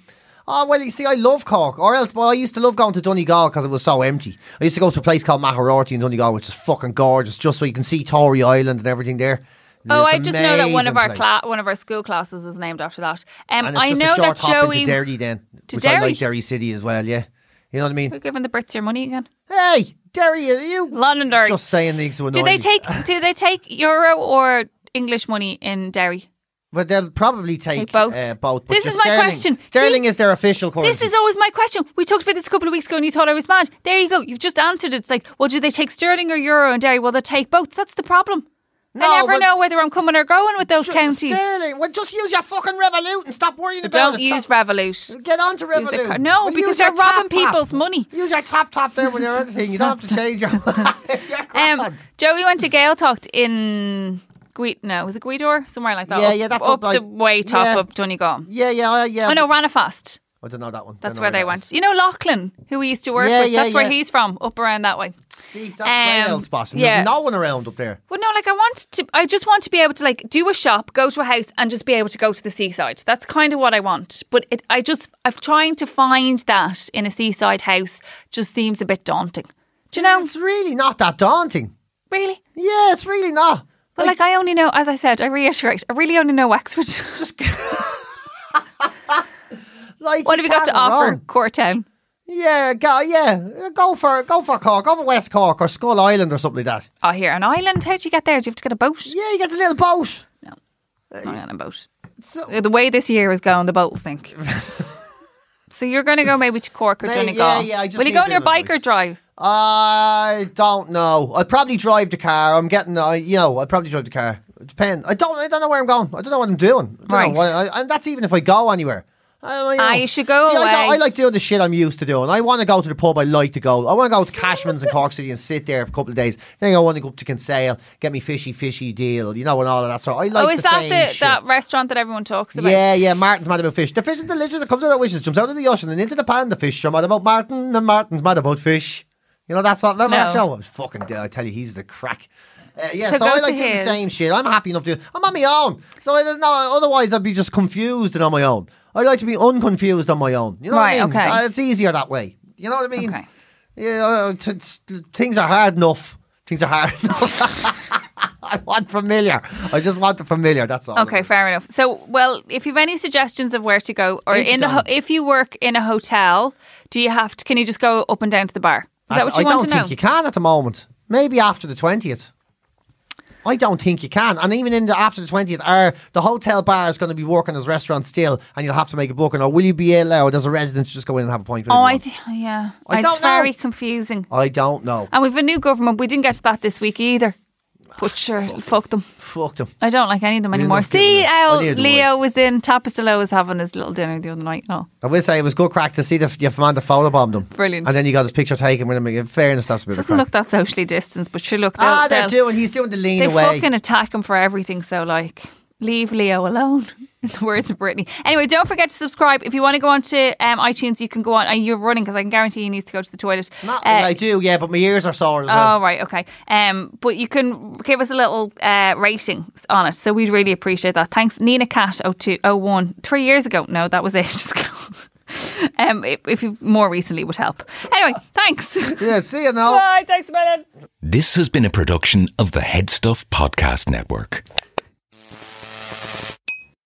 Oh well, you see, I love Cork, or else. Well, I used to love going to Donegal because it was so empty. I used to go to a place called Maharorty in Donegal, which is fucking gorgeous, just so you can see Tory Island and everything there. Oh, It's I just know that one of amazing our place. cla- one of our school classes was named after that. Um, And it's I just know a short that hop Joey. into Derry then, To which I Derry? like Derry City as well. Yeah, you know what I mean. We're giving the Brits your money again. Hey, Derry, are you Londonderry. just saying things to annoy Do they me. take? Do they take euro or English money in Derry? But they'll probably take, Take both. Uh, both. but This your is my sterling- question. Sterling See, is their official currency. This is always my question. We talked about this a couple of weeks ago and you thought I was mad. There you go. You've just answered it. It's like, well, do they take sterling or euro and dairy? Well, they take both. That's the problem. No, I never but- know whether I'm coming or going with those counties. Sterling. Well, just use your fucking Revolut and stop worrying about Don't it. use Stop- Revolut. Get on to Use a Revolut. car- no, Well, because use your they're robbing tap tap. people's money. Use your tap tap there with your other thing. You don't have to change your. Um, Joey went to Gael talked in. Gui- no, was it Guidor? Somewhere like that. Yeah, up, yeah, that's up up like- the way top yeah. of Donegal. yeah, yeah, I- yeah. Oh no, Ranafast. I don't know that one. That's Don't know where they that went. is. You know Lachlan, who we used to work Yeah, with. yeah, that's where yeah. he's from, up around that way. See, that's my Um, old spot. And yeah. There's no one around up there. Well, no, like I want to, I just want to be able to like do a shop, go to a house, and just be able to go to the seaside. That's kind of what I want. But it, I just, I'm trying to find that in a seaside house just seems a bit daunting. Do you know? It's really not that daunting. Really? Yeah, it's really not. But like, I only know, as I said, I reiterate, I really only know Wexford. just Like, what have you got to can't offer, wrong. Coretown? Yeah, go, yeah, go for go for Cork, go for West Cork or Skull Island or something like that. Oh, here, an island. How'd you get there? Do you have to get a boat? Yeah, you get the little boat. I'm not on a boat. So- The way this year is going, the boat will sink. so you're going to go maybe to Cork or May- yeah, Donegal. yeah, I just Will you need go a on your bit of bike or advice. drive? I don't know. I probably drive the car. I'm getting, uh, you know, I probably drive the car. It depends. I don't. I don't know where I'm going. I don't know what I'm doing. I don't know Right. what- I- and that's even if I go anywhere. I, don't know. Ah, you should go See, I, don't- away. I like doing the shit I'm used to doing. I want to go to the pub. I like to go. I want to go to Cashman's in Cork City and sit there for a couple of days. Then I want to go up to Kinsale, get me fishy, fishy deal, you know, and all of that. So I like. oh, is the that same the, shit. that restaurant that everyone talks about? Yeah, yeah, Martin's mad about fish. The fish is delicious. It comes out of wishes, jumps out of the ocean and into the pan. The fish are mad about Martin, and Martin's mad about fish. You know, that's not remember No. that show. It was fucking. I tell you, he's the crack. Uh, yeah, so, So go I to like doing the his. same shit. I'm happy enough to. I'm on my own, so I don't know. Otherwise, I'd be just confused and on my own. I like to be unconfused on my own. You know Right, what I mean? okay. Uh, it's easier that way. You know what I mean? Okay. Yeah, uh, t- t- things are hard enough. Things are hard enough. I want familiar. I just want the familiar. That's all. Okay, fair enough. So, well, if you've any suggestions of where to go, or in the ho- Inchidong. if you work in a hotel, do you have to? Can you just go up and down to the bar? Is I- that what you I want don't to know? think you can at the moment. Maybe after the 20th. I don't think you can. And even in the after the 20th, are the hotel bar is going to be working as restaurants still and you'll have to make a booking? Or will you be allowed as a resident to just go in and have a pint? with Oh, everyone? I th- yeah. I it's don't know. very confusing. I don't know. And we've a new government. We didn't get to that this week either. But sure, fuck, them. Fuck them. I don't like any of them You're anymore. not getting See it. how I didn't Leo was in Tapastelo was having his little dinner the other night. No, I will say it was good crack to see the your man that photobombed him. Brilliant. And then he got his picture taken with him. In fairness, that's a bit of doesn't crack. look that socially distanced, but sure, look, they'll- ah, they're they'll- doing, he's doing the lean They away. fucking attack him for everything. So, like, leave Leo alone. In the words of Brittany. Anyway, don't forget to subscribe. If you want to go on to um, iTunes, you can go on. And you're running because I can guarantee he needs to go to the toilet. Not, Uh, I do, yeah, but my ears are sore as well. Oh right, okay. Um, but you can give us a little uh, rating on it, so we'd really appreciate that. Thanks, Nina oh, Cat 0201. Three years ago, no, that was ages ago. um, if, if you more recently would help. Anyway, thanks. Yeah, see Ah. you now. Bye. Thanks, Melon. This has been a production of the Headstuff Podcast Network.